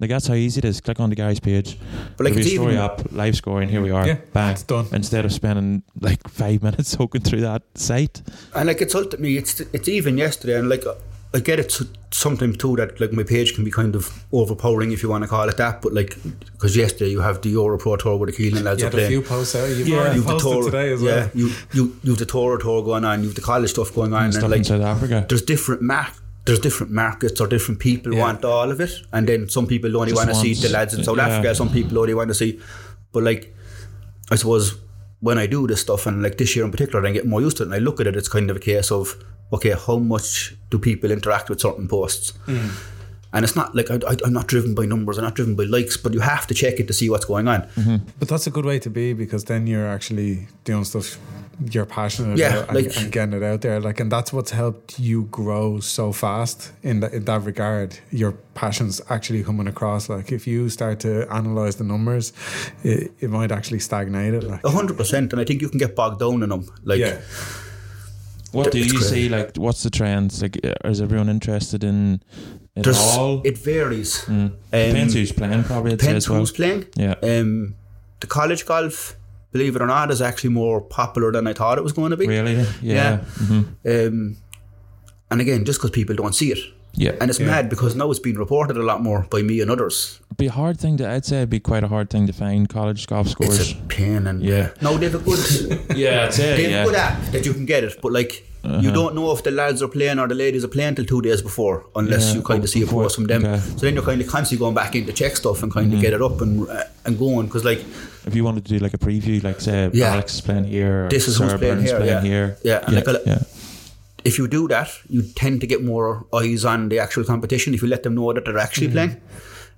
Speaker 3: Like that's how easy it is. Click on the guy's page,
Speaker 2: But like
Speaker 3: give
Speaker 2: it's
Speaker 3: your story
Speaker 2: even,
Speaker 3: up, live scoring. Here we are,
Speaker 1: Yeah,
Speaker 3: bang.
Speaker 1: it's done.
Speaker 3: Instead of spending like five minutes soaking through that site,
Speaker 2: and like it's ultimately it's it's even yesterday, and like I get it so- sometimes too that like my page can be kind of overpowering if you want to call it that, but like because yesterday you have the Euro Pro Tour with the Keelan lads
Speaker 1: Yeah, the
Speaker 2: are playing.
Speaker 1: few posts out. You've already
Speaker 2: you've the
Speaker 1: posted
Speaker 2: tour
Speaker 1: today as
Speaker 2: yeah,
Speaker 1: well.
Speaker 2: you you you've the Toro tour going on, you've the college stuff going on, and,
Speaker 3: stuff in
Speaker 2: like
Speaker 3: South Africa.
Speaker 2: there's different mar- there's different markets or different people
Speaker 1: Yeah.
Speaker 2: want all of it, and then some people only
Speaker 3: Just
Speaker 2: want to see
Speaker 3: wants-
Speaker 2: the lads in South
Speaker 3: yeah.
Speaker 2: Africa, some people only want to see, but like I suppose when I do this stuff and like this year in particular, I get more used to it and I look at it. It's kind of a case of okay, how much do people interact with certain posts?
Speaker 3: Mm.
Speaker 2: And it's not like I, I, I'm not driven by numbers, I'm not driven by likes, but you have to check it to see what's going on.
Speaker 3: Mm-hmm.
Speaker 1: But that's a good way to be because then you're actually doing stuff you're passionate
Speaker 2: Yeah,
Speaker 1: about and,
Speaker 2: like-
Speaker 1: and getting it out there. Like, and that's what's helped you grow so fast in that in that regard. Your passions actually coming across. Like, if you start to analyze the numbers, it, it might actually stagnate it. Like,
Speaker 2: A hundred percent, and I think you can get bogged down in them. Like
Speaker 1: yeah,
Speaker 3: What do
Speaker 2: It's
Speaker 3: you
Speaker 2: great.
Speaker 3: see? Like, what's the trends? Like, uh, is everyone interested in it
Speaker 2: there's
Speaker 3: all?
Speaker 2: it varies. Um,
Speaker 3: depends who's playing, probably. I'd say
Speaker 2: depends
Speaker 3: as well.
Speaker 2: who's playing.
Speaker 3: Yeah.
Speaker 2: Um, the college golf, believe it or not, is actually more popular than I thought it was going to be.
Speaker 3: Really? Yeah.
Speaker 2: Yeah.
Speaker 3: hmm
Speaker 2: Um, and again, just because people don't see it,
Speaker 3: Yeah.
Speaker 2: and it's mad because now it's being reported a lot more by me and others.
Speaker 3: It'd be a hard thing to. I'd say itd be quite a hard thing to find college golf
Speaker 2: It's
Speaker 3: scores.
Speaker 2: a pain, and
Speaker 3: Yeah.
Speaker 2: no, they've a good,
Speaker 3: Yeah, Uh-huh. I'd say.
Speaker 2: they've a good app that you can get it, but like. You don't know if the lads are playing or the ladies are playing till two days before, unless
Speaker 3: Yeah.
Speaker 2: you kind
Speaker 3: Oh,
Speaker 2: of see a
Speaker 3: before-
Speaker 2: post from them.
Speaker 3: okay.
Speaker 2: So then you're kind of constantly going back in to check stuff and
Speaker 3: Mm-hmm.
Speaker 2: kind of get it up and uh, and going because like
Speaker 3: If you wanted to do like a preview, like say
Speaker 2: Yeah.
Speaker 3: Alex is playing here, or
Speaker 2: This is who's
Speaker 3: Sarah
Speaker 2: playing
Speaker 3: Burns
Speaker 2: here,
Speaker 3: playing
Speaker 2: yeah.
Speaker 3: here.
Speaker 2: Yeah, and
Speaker 3: yeah,
Speaker 2: like a-
Speaker 3: yeah.
Speaker 2: if you do that, you tend to get more eyes on the actual competition if you let them know that they're actually playing.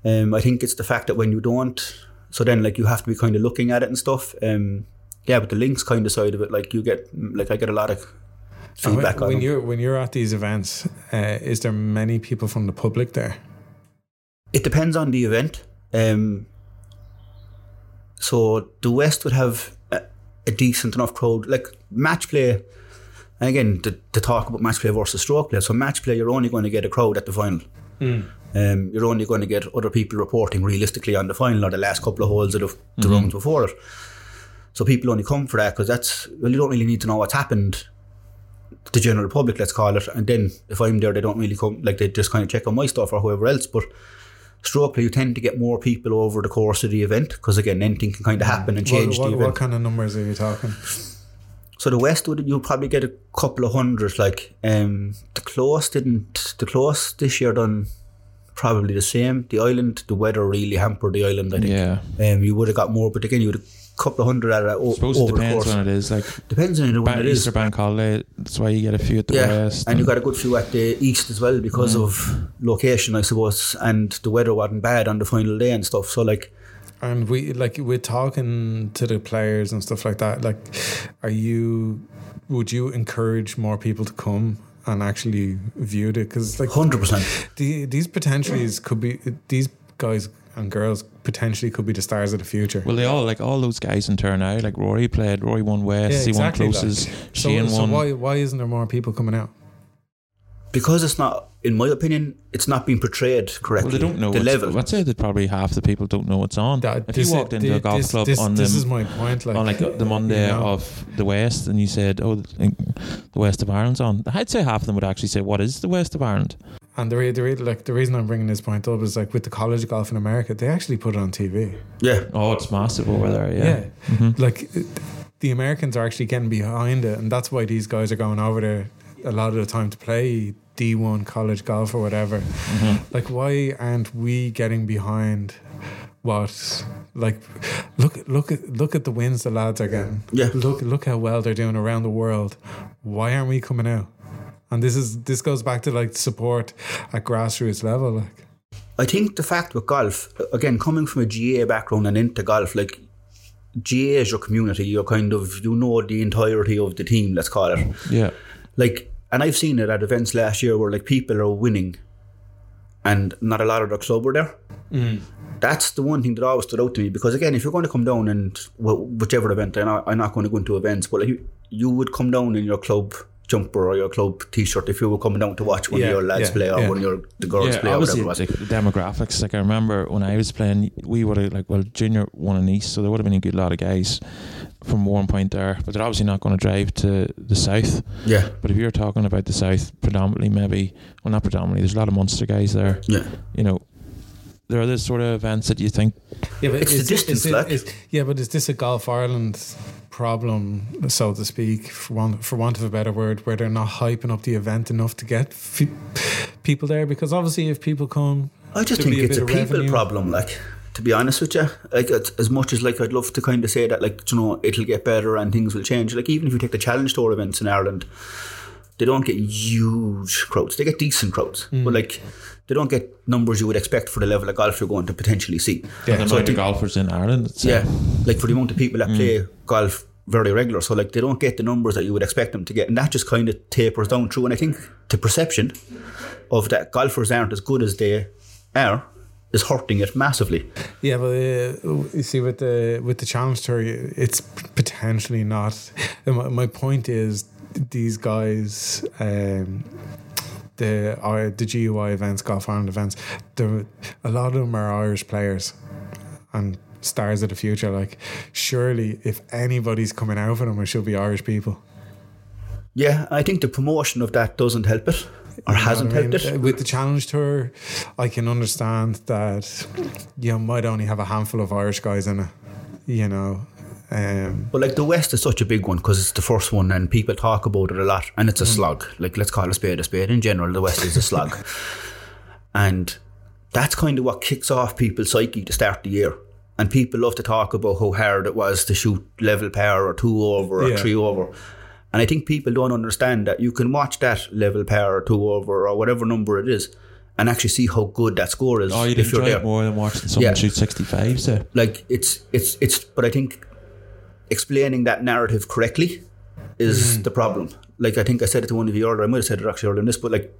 Speaker 2: Um, I think it's the fact that when you don't, so then like you have to be kind of looking at it and stuff. Um, yeah, but the links kind of side of it, like you get, like I get a lot of
Speaker 1: And when-
Speaker 2: feedback
Speaker 1: when
Speaker 2: on it.
Speaker 1: you're when you're at these events, uh, is there many people from the public there?
Speaker 2: It depends on the event. Um, so the West would have a, a decent enough crowd, like match play. And again, to, to talk about match play versus stroke play. So match play, you're only going to get a crowd at the final.
Speaker 1: Hmm.
Speaker 2: Um, you're only going to get other people reporting realistically on the final or the last couple of holes of the, the rounds before it. So people only come for that because that's well, you don't really need to know what's happened. to The general public, let's call it, and then if I'm there, they don't really come. Like they just kind of check on my stuff or whoever else. But stroke play, you tend to get more people over the course of the event because again, anything can kind of happen and change
Speaker 1: What, what,
Speaker 2: the
Speaker 1: what
Speaker 2: event.
Speaker 1: kind of numbers are you talking?
Speaker 2: So the West would you'll probably get a couple of hundred. Like um, the close didn't. The close this year done probably the same. The island, the weather really hampered the island. I think.
Speaker 3: yeah.
Speaker 2: Um, you would have got more, but again, you would have a couple of hundred out of that o-
Speaker 3: I suppose it
Speaker 2: over the
Speaker 3: depends
Speaker 2: course.
Speaker 3: on it is. Like
Speaker 2: Depends on
Speaker 3: ban-
Speaker 2: when it is.
Speaker 3: Easter bank holiday, that's why you get a few at the
Speaker 2: Yeah,
Speaker 3: West. Mm.
Speaker 2: and you got a good few at the east as well because of location, I suppose, and the weather wasn't bad on the final day and stuff. So like,
Speaker 1: And we like we're talking to the players and stuff like that. Like, are you? Would you encourage more people to come and actually view it? Because like
Speaker 2: hundred percent.
Speaker 1: the, these potentials could be these guys and girls potentially could be the stars of the future.
Speaker 3: well, they all like all those guys in turn now. Like Rory played, Rory won West, he won
Speaker 1: like.
Speaker 3: closes,
Speaker 1: So,
Speaker 3: Shane
Speaker 1: so
Speaker 3: won.
Speaker 1: why why isn't there more people coming out?
Speaker 2: Because it's not, in my opinion, it's not being portrayed correctly.
Speaker 3: well, they don't know
Speaker 2: the
Speaker 3: what's-
Speaker 2: level.
Speaker 3: I'd say that probably half the people don't know what's on.
Speaker 1: That-
Speaker 3: if
Speaker 1: this-
Speaker 3: you walked into a golf
Speaker 1: this-
Speaker 3: club
Speaker 1: this,
Speaker 3: on
Speaker 1: this
Speaker 3: the
Speaker 1: is my point. Like,
Speaker 3: on like uh, the Monday
Speaker 1: you know?
Speaker 3: of the West, and you said, "Oh, the the West of Ireland's on." I'd say half of them would actually say, "What is the West of Ireland?"
Speaker 1: and the, re- the re- like the reason I'm bringing this point up is like with the college golf in America, they actually put it on TV.
Speaker 2: yeah,
Speaker 3: Oh, it's massive over there. Yeah,
Speaker 1: Yeah. Like th- the Americans are actually getting behind it, and that's why these guys are going over there a lot of the time to play D1 college golf or whatever. Like, why aren't we getting behind what? Like, look, look, at look at the wins the lads are getting.
Speaker 2: Yeah.
Speaker 1: Look, look how well they're doing around the world. Why aren't we coming out? And this is this goes back to like support at grassroots level, like.
Speaker 2: I think the fact with golf, again, coming from a GA background and into golf, like GA is your community. You're kind of you know the entirety of the team. Let's call it
Speaker 3: Yeah.
Speaker 2: like, and I've seen it at events last year where like people are winning, and not a lot of their club were there.
Speaker 1: Mm.
Speaker 2: That's the one thing that always stood out to me because again, if you're going to come down and well, whichever event, I'm not, I'm not going to go into events, but like you, you would come down in your club jumper or your club t-shirt if you were coming down to watch one
Speaker 1: Yeah,
Speaker 2: of your lads
Speaker 1: yeah,
Speaker 2: play or
Speaker 1: yeah.
Speaker 2: one of your the girls play or whatever
Speaker 3: obviously
Speaker 2: it was.
Speaker 3: the demographics. Like I remember when I was playing, we would have like well, junior won in East, so there would have been a good lot of guys from one point there, but they're obviously not going to drive to the south.
Speaker 2: Yeah,
Speaker 3: But if you're talking about the south, predominantly maybe, well, not predominantly. There's a lot of Munster guys there.
Speaker 2: yeah.
Speaker 3: You know, there are those sort of events that you think
Speaker 1: Yeah, but
Speaker 2: It's the
Speaker 1: is-
Speaker 2: distance,
Speaker 1: is it-
Speaker 2: like.
Speaker 1: is- yeah, but is this a Golf Ireland problem, so to speak, for want, for want of a better word, where they're not hyping up the event enough to get fe- people there? Because obviously, if people come,
Speaker 2: I just
Speaker 1: There'd
Speaker 2: think
Speaker 1: be a
Speaker 2: it's
Speaker 1: bit
Speaker 2: a
Speaker 1: of
Speaker 2: people
Speaker 1: revenue.
Speaker 2: problem, like to be honest with you. Like it's, as much as like I'd love to kind of say that, like you know, it'll get better and things will change. Like even if you take the Challenge Tour events in Ireland, they don't get huge crowds. They get decent crowds,
Speaker 1: Mm.
Speaker 2: but like they don't get numbers you would expect for the level of golf you're going to potentially see.
Speaker 3: the
Speaker 2: So I
Speaker 3: amount of
Speaker 2: think-
Speaker 3: golfers in Ireland. It's, uh,
Speaker 2: yeah, like for the amount of people
Speaker 1: Mm.
Speaker 2: that play golf very regular, so like they don't get the numbers that you would expect them to get, and that just kind of tapers down through. And I think the perception of that golfers aren't as good as they are is hurting it massively.
Speaker 1: yeah, but uh, you see, with the with the Challenge Tour, it's potentially not. and My, my point is, these guys. Um, the uh, the GUI events, Golf Ireland events, there, a lot of them are Irish players and stars of the future. Like, surely if anybody's coming out for them, it should be Irish people.
Speaker 2: Yeah, I think the promotion of that doesn't help it or
Speaker 1: You know
Speaker 2: hasn't
Speaker 1: what I mean?
Speaker 2: helped
Speaker 1: Uh,
Speaker 2: it.
Speaker 1: With the Challenge Tour, I can understand that you might only have a handful of Irish guys in it, you know. Um,
Speaker 2: But like the West is such a big one because it's the first one and people talk about it a lot and
Speaker 3: Mm.
Speaker 2: it's a slog. Like let's call a spade a spade. In general, the West is a slog. and that's kind of what kicks off people's psyche to start the year. And people love to talk about how hard it was to shoot level power or two over or
Speaker 1: Yeah.
Speaker 2: three over. And I think people don't understand that you can watch that level power or two over or whatever number it is and actually see how good that score is
Speaker 3: Oh, you'd
Speaker 2: if you're
Speaker 3: enjoy
Speaker 2: there
Speaker 3: it more than watching someone
Speaker 2: Yeah.
Speaker 3: shoot 65, so.
Speaker 2: like it's it's it's but i think explaining that narrative correctly is the problem like i think i said it to one of you earlier i might have said it actually earlier in this but like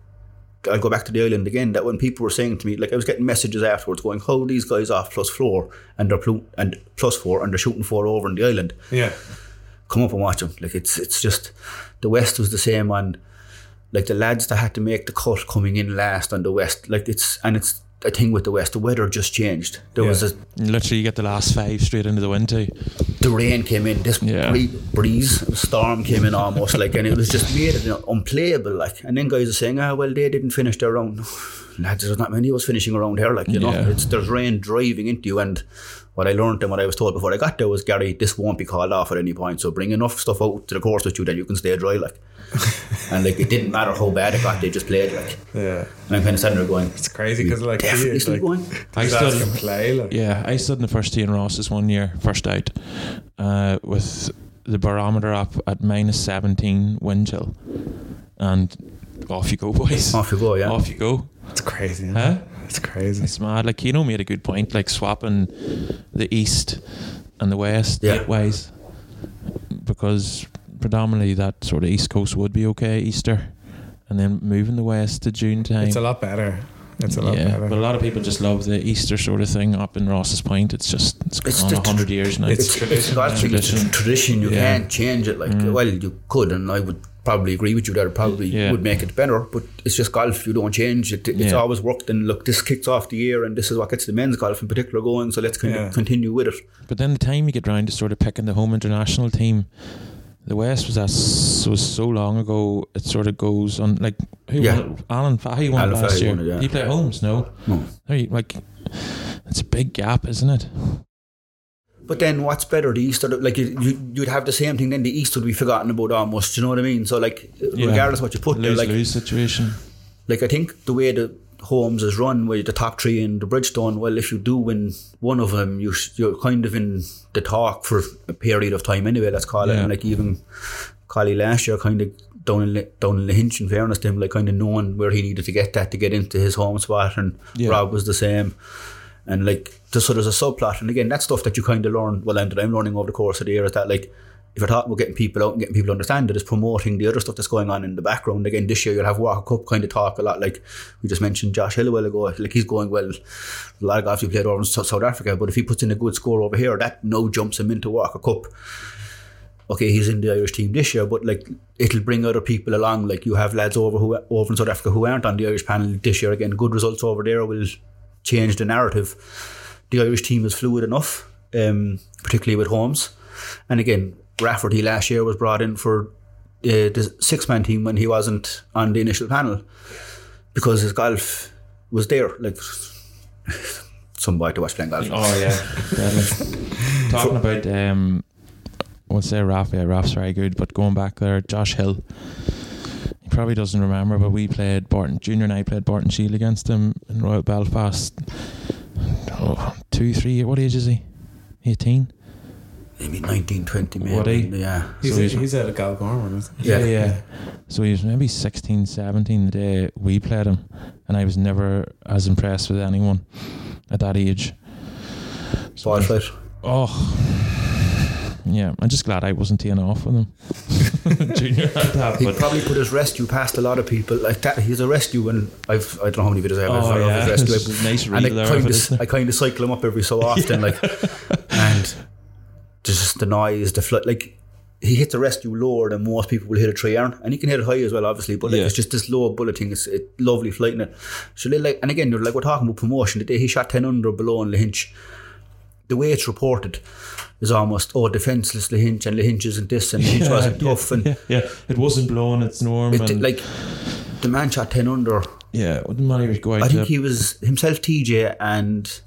Speaker 2: i'll go back to the island again that when people were saying to me like i was getting messages afterwards going how are these guys off plus four and they're plu- and plus four and they're shooting four over in the island
Speaker 1: yeah.
Speaker 2: come up and watch them like it's it's just the west was the same on like the lads that had to make the cut coming in last on the west like it's and it's a thing with the west the weather just changed there was
Speaker 1: Yeah.
Speaker 2: a
Speaker 3: Literally, you get the last five straight into the wind, too.
Speaker 2: the rain came in, this
Speaker 3: Yeah.
Speaker 2: great breeze, storm came in almost like, and it was just made it unplayable. Like, and then guys are saying, "Ah, well, they didn't finish their round." Lads, there's not many of us finishing around here. Like, you
Speaker 3: Yeah.
Speaker 2: know, it's there's rain driving into you. And what I learned and what I was told before I got there was, Gary, this won't be called off at any point. So bring enough stuff out to the course with you that you can stay dry. Like, and like it didn't matter how bad it got, they just played. Like,
Speaker 1: Yeah.
Speaker 2: and I'm kind of standing there going,
Speaker 1: It's crazy because, like,
Speaker 2: "Definitely
Speaker 1: you,
Speaker 2: still
Speaker 1: like
Speaker 2: going."
Speaker 3: I
Speaker 1: these
Speaker 3: still-
Speaker 1: lads can play. Like,
Speaker 3: Yeah, I stood in the first tee in Ross's one year, first out, uh, with the barometer up at minus 17 wind chill. And off you go, boys.
Speaker 2: Off you go, yeah.
Speaker 3: Off you go.
Speaker 1: It's crazy. isn't it?
Speaker 3: Huh?
Speaker 1: It's crazy.
Speaker 3: It's mad. Like, Keno made a good point, like swapping the east and the west
Speaker 2: Yeah.
Speaker 3: gateways because predominantly that sort of east coast would be okay, Easter. And then moving the west to June time.
Speaker 1: It's a lot better. It's a lot
Speaker 3: yeah,
Speaker 1: better.
Speaker 3: but a lot of people just love the Easter sort of thing up in Ross's Point. It's just it's gone
Speaker 2: It's
Speaker 3: on
Speaker 2: the
Speaker 3: a hundred
Speaker 2: tr-
Speaker 3: years now.
Speaker 1: it's
Speaker 2: it's,
Speaker 1: tradition,
Speaker 2: it's God's
Speaker 3: yeah.
Speaker 2: thing, it's
Speaker 3: Tradition.
Speaker 2: a tradition. You
Speaker 3: Yeah.
Speaker 2: can't change it. Like, well, you could, and I would probably agree with you that it probably
Speaker 3: Yeah.
Speaker 2: would make it better. But it's just golf. You don't change it. It's
Speaker 3: Yeah.
Speaker 2: always worked. And look, this kicks off the year, and this is what gets the men's golf in particular going. So let's kind
Speaker 1: Yeah.
Speaker 2: of continue with it.
Speaker 3: But then the time you get round to sort of picking the home international team, the West was that s- was so long ago. It sort of goes on like who
Speaker 2: Yeah.
Speaker 3: won it? Alan Fahey won it
Speaker 2: Alan
Speaker 3: last
Speaker 2: Fahey
Speaker 3: year.
Speaker 2: won it, yeah.
Speaker 3: He played homes, no?
Speaker 2: No.
Speaker 3: There you- like it's a big gap, isn't it?
Speaker 2: But then, what's better? The East, or the, like you, you, you'd have the same thing. Then the East would be forgotten about almost. Do you know what I mean? So, like,
Speaker 3: Yeah.
Speaker 2: regardless what you put there,
Speaker 3: Lose
Speaker 2: like,
Speaker 3: lose situation.
Speaker 2: like I think the way the Holmes is run, where the top three in the Bridgestone, well, if you do win one of them, you, sh- you're kind of in the talk for a period of time anyway. Let's call it.
Speaker 3: Yeah.
Speaker 2: And like even Collie last year, kind of down in Li- down in Lynch. In fairness to him, like kind of knowing where he needed to get that to get into his home spot, and
Speaker 3: Yeah.
Speaker 2: Rob was the same. And like, just, so there's a subplot, and again, that stuff that you kind of learn. Well, and that I'm learning over the course of the year is that like. If you're talking about getting people out and getting people to understand it, is promoting the other stuff that's going on in the background. Again, this year you'll have Walker Cup kind of talk a lot, like we just mentioned Josh Hill a while ago. Like he's going well. A lot of guys who played over in Sou- South Africa, but if he puts in a good score over here, that no jumps him into Walker Cup okay, he's in the Irish team this year, but like it'll bring other people along. Like you have lads over who over in South Africa who aren't on the Irish panel this year. Again, good results over there will change the narrative. The Irish team is fluid enough, um, particularly with Holmes. And again, Rafferty last year was brought in for uh, the six man team when he wasn't on the initial panel because his golf was there. Like somebody to watch playing golf.
Speaker 3: Oh yeah, deadly. talking about um, we'll say Raf. Yeah, Raf's very good. But going back there, Josh Hill. He probably doesn't remember, but we played Barton Junior and I played Barton Shield against him in Royal Belfast. Oh, two, three. What age is he? Eighteen.
Speaker 2: Maybe nineteen twenty, maybe.
Speaker 3: Would he?
Speaker 2: Yeah.
Speaker 1: He's,
Speaker 3: So
Speaker 1: a,
Speaker 3: he's-
Speaker 1: he's out of Galgorman, isn't he?
Speaker 2: Yeah.
Speaker 3: yeah, So he was maybe 16, 17 the day we played him, and I was never as impressed with anyone at that age.
Speaker 2: So I said,
Speaker 3: Oh, yeah. I'm just glad I wasn't teeing off with him. Junior had that,
Speaker 2: He
Speaker 3: but
Speaker 2: probably put his rescue past a lot of people. Like that, he's a rescue, and I've I don't know how many videos I have
Speaker 3: oh
Speaker 2: of
Speaker 3: yeah,
Speaker 2: his
Speaker 3: it's
Speaker 2: rescue.
Speaker 3: just nice
Speaker 2: And
Speaker 3: read
Speaker 2: I
Speaker 3: there.
Speaker 2: kind
Speaker 3: of it, isn't
Speaker 2: of
Speaker 3: it?
Speaker 2: I kind of cycle him up every so often, like and there's just the noise, the flood. Like he hits a rescue lower than most people will hit a three iron, and he can hit it high as well, obviously. But like,
Speaker 3: Yeah.
Speaker 2: it's just this low bullet thing. It's it, lovely flighting it. So they like, and again, you're like we're talking about promotion. The day he shot ten under below on Lynch, the way it's reported is almost oh defenseless Lynch and Lynch isn't this and Lynch wasn't tough and.
Speaker 3: yeah, yeah, it wasn't blowing its norm,
Speaker 2: It,
Speaker 3: and
Speaker 2: like the man shot ten under.
Speaker 3: yeah, the money was going
Speaker 2: I think
Speaker 3: to
Speaker 2: he was himself, TJ, and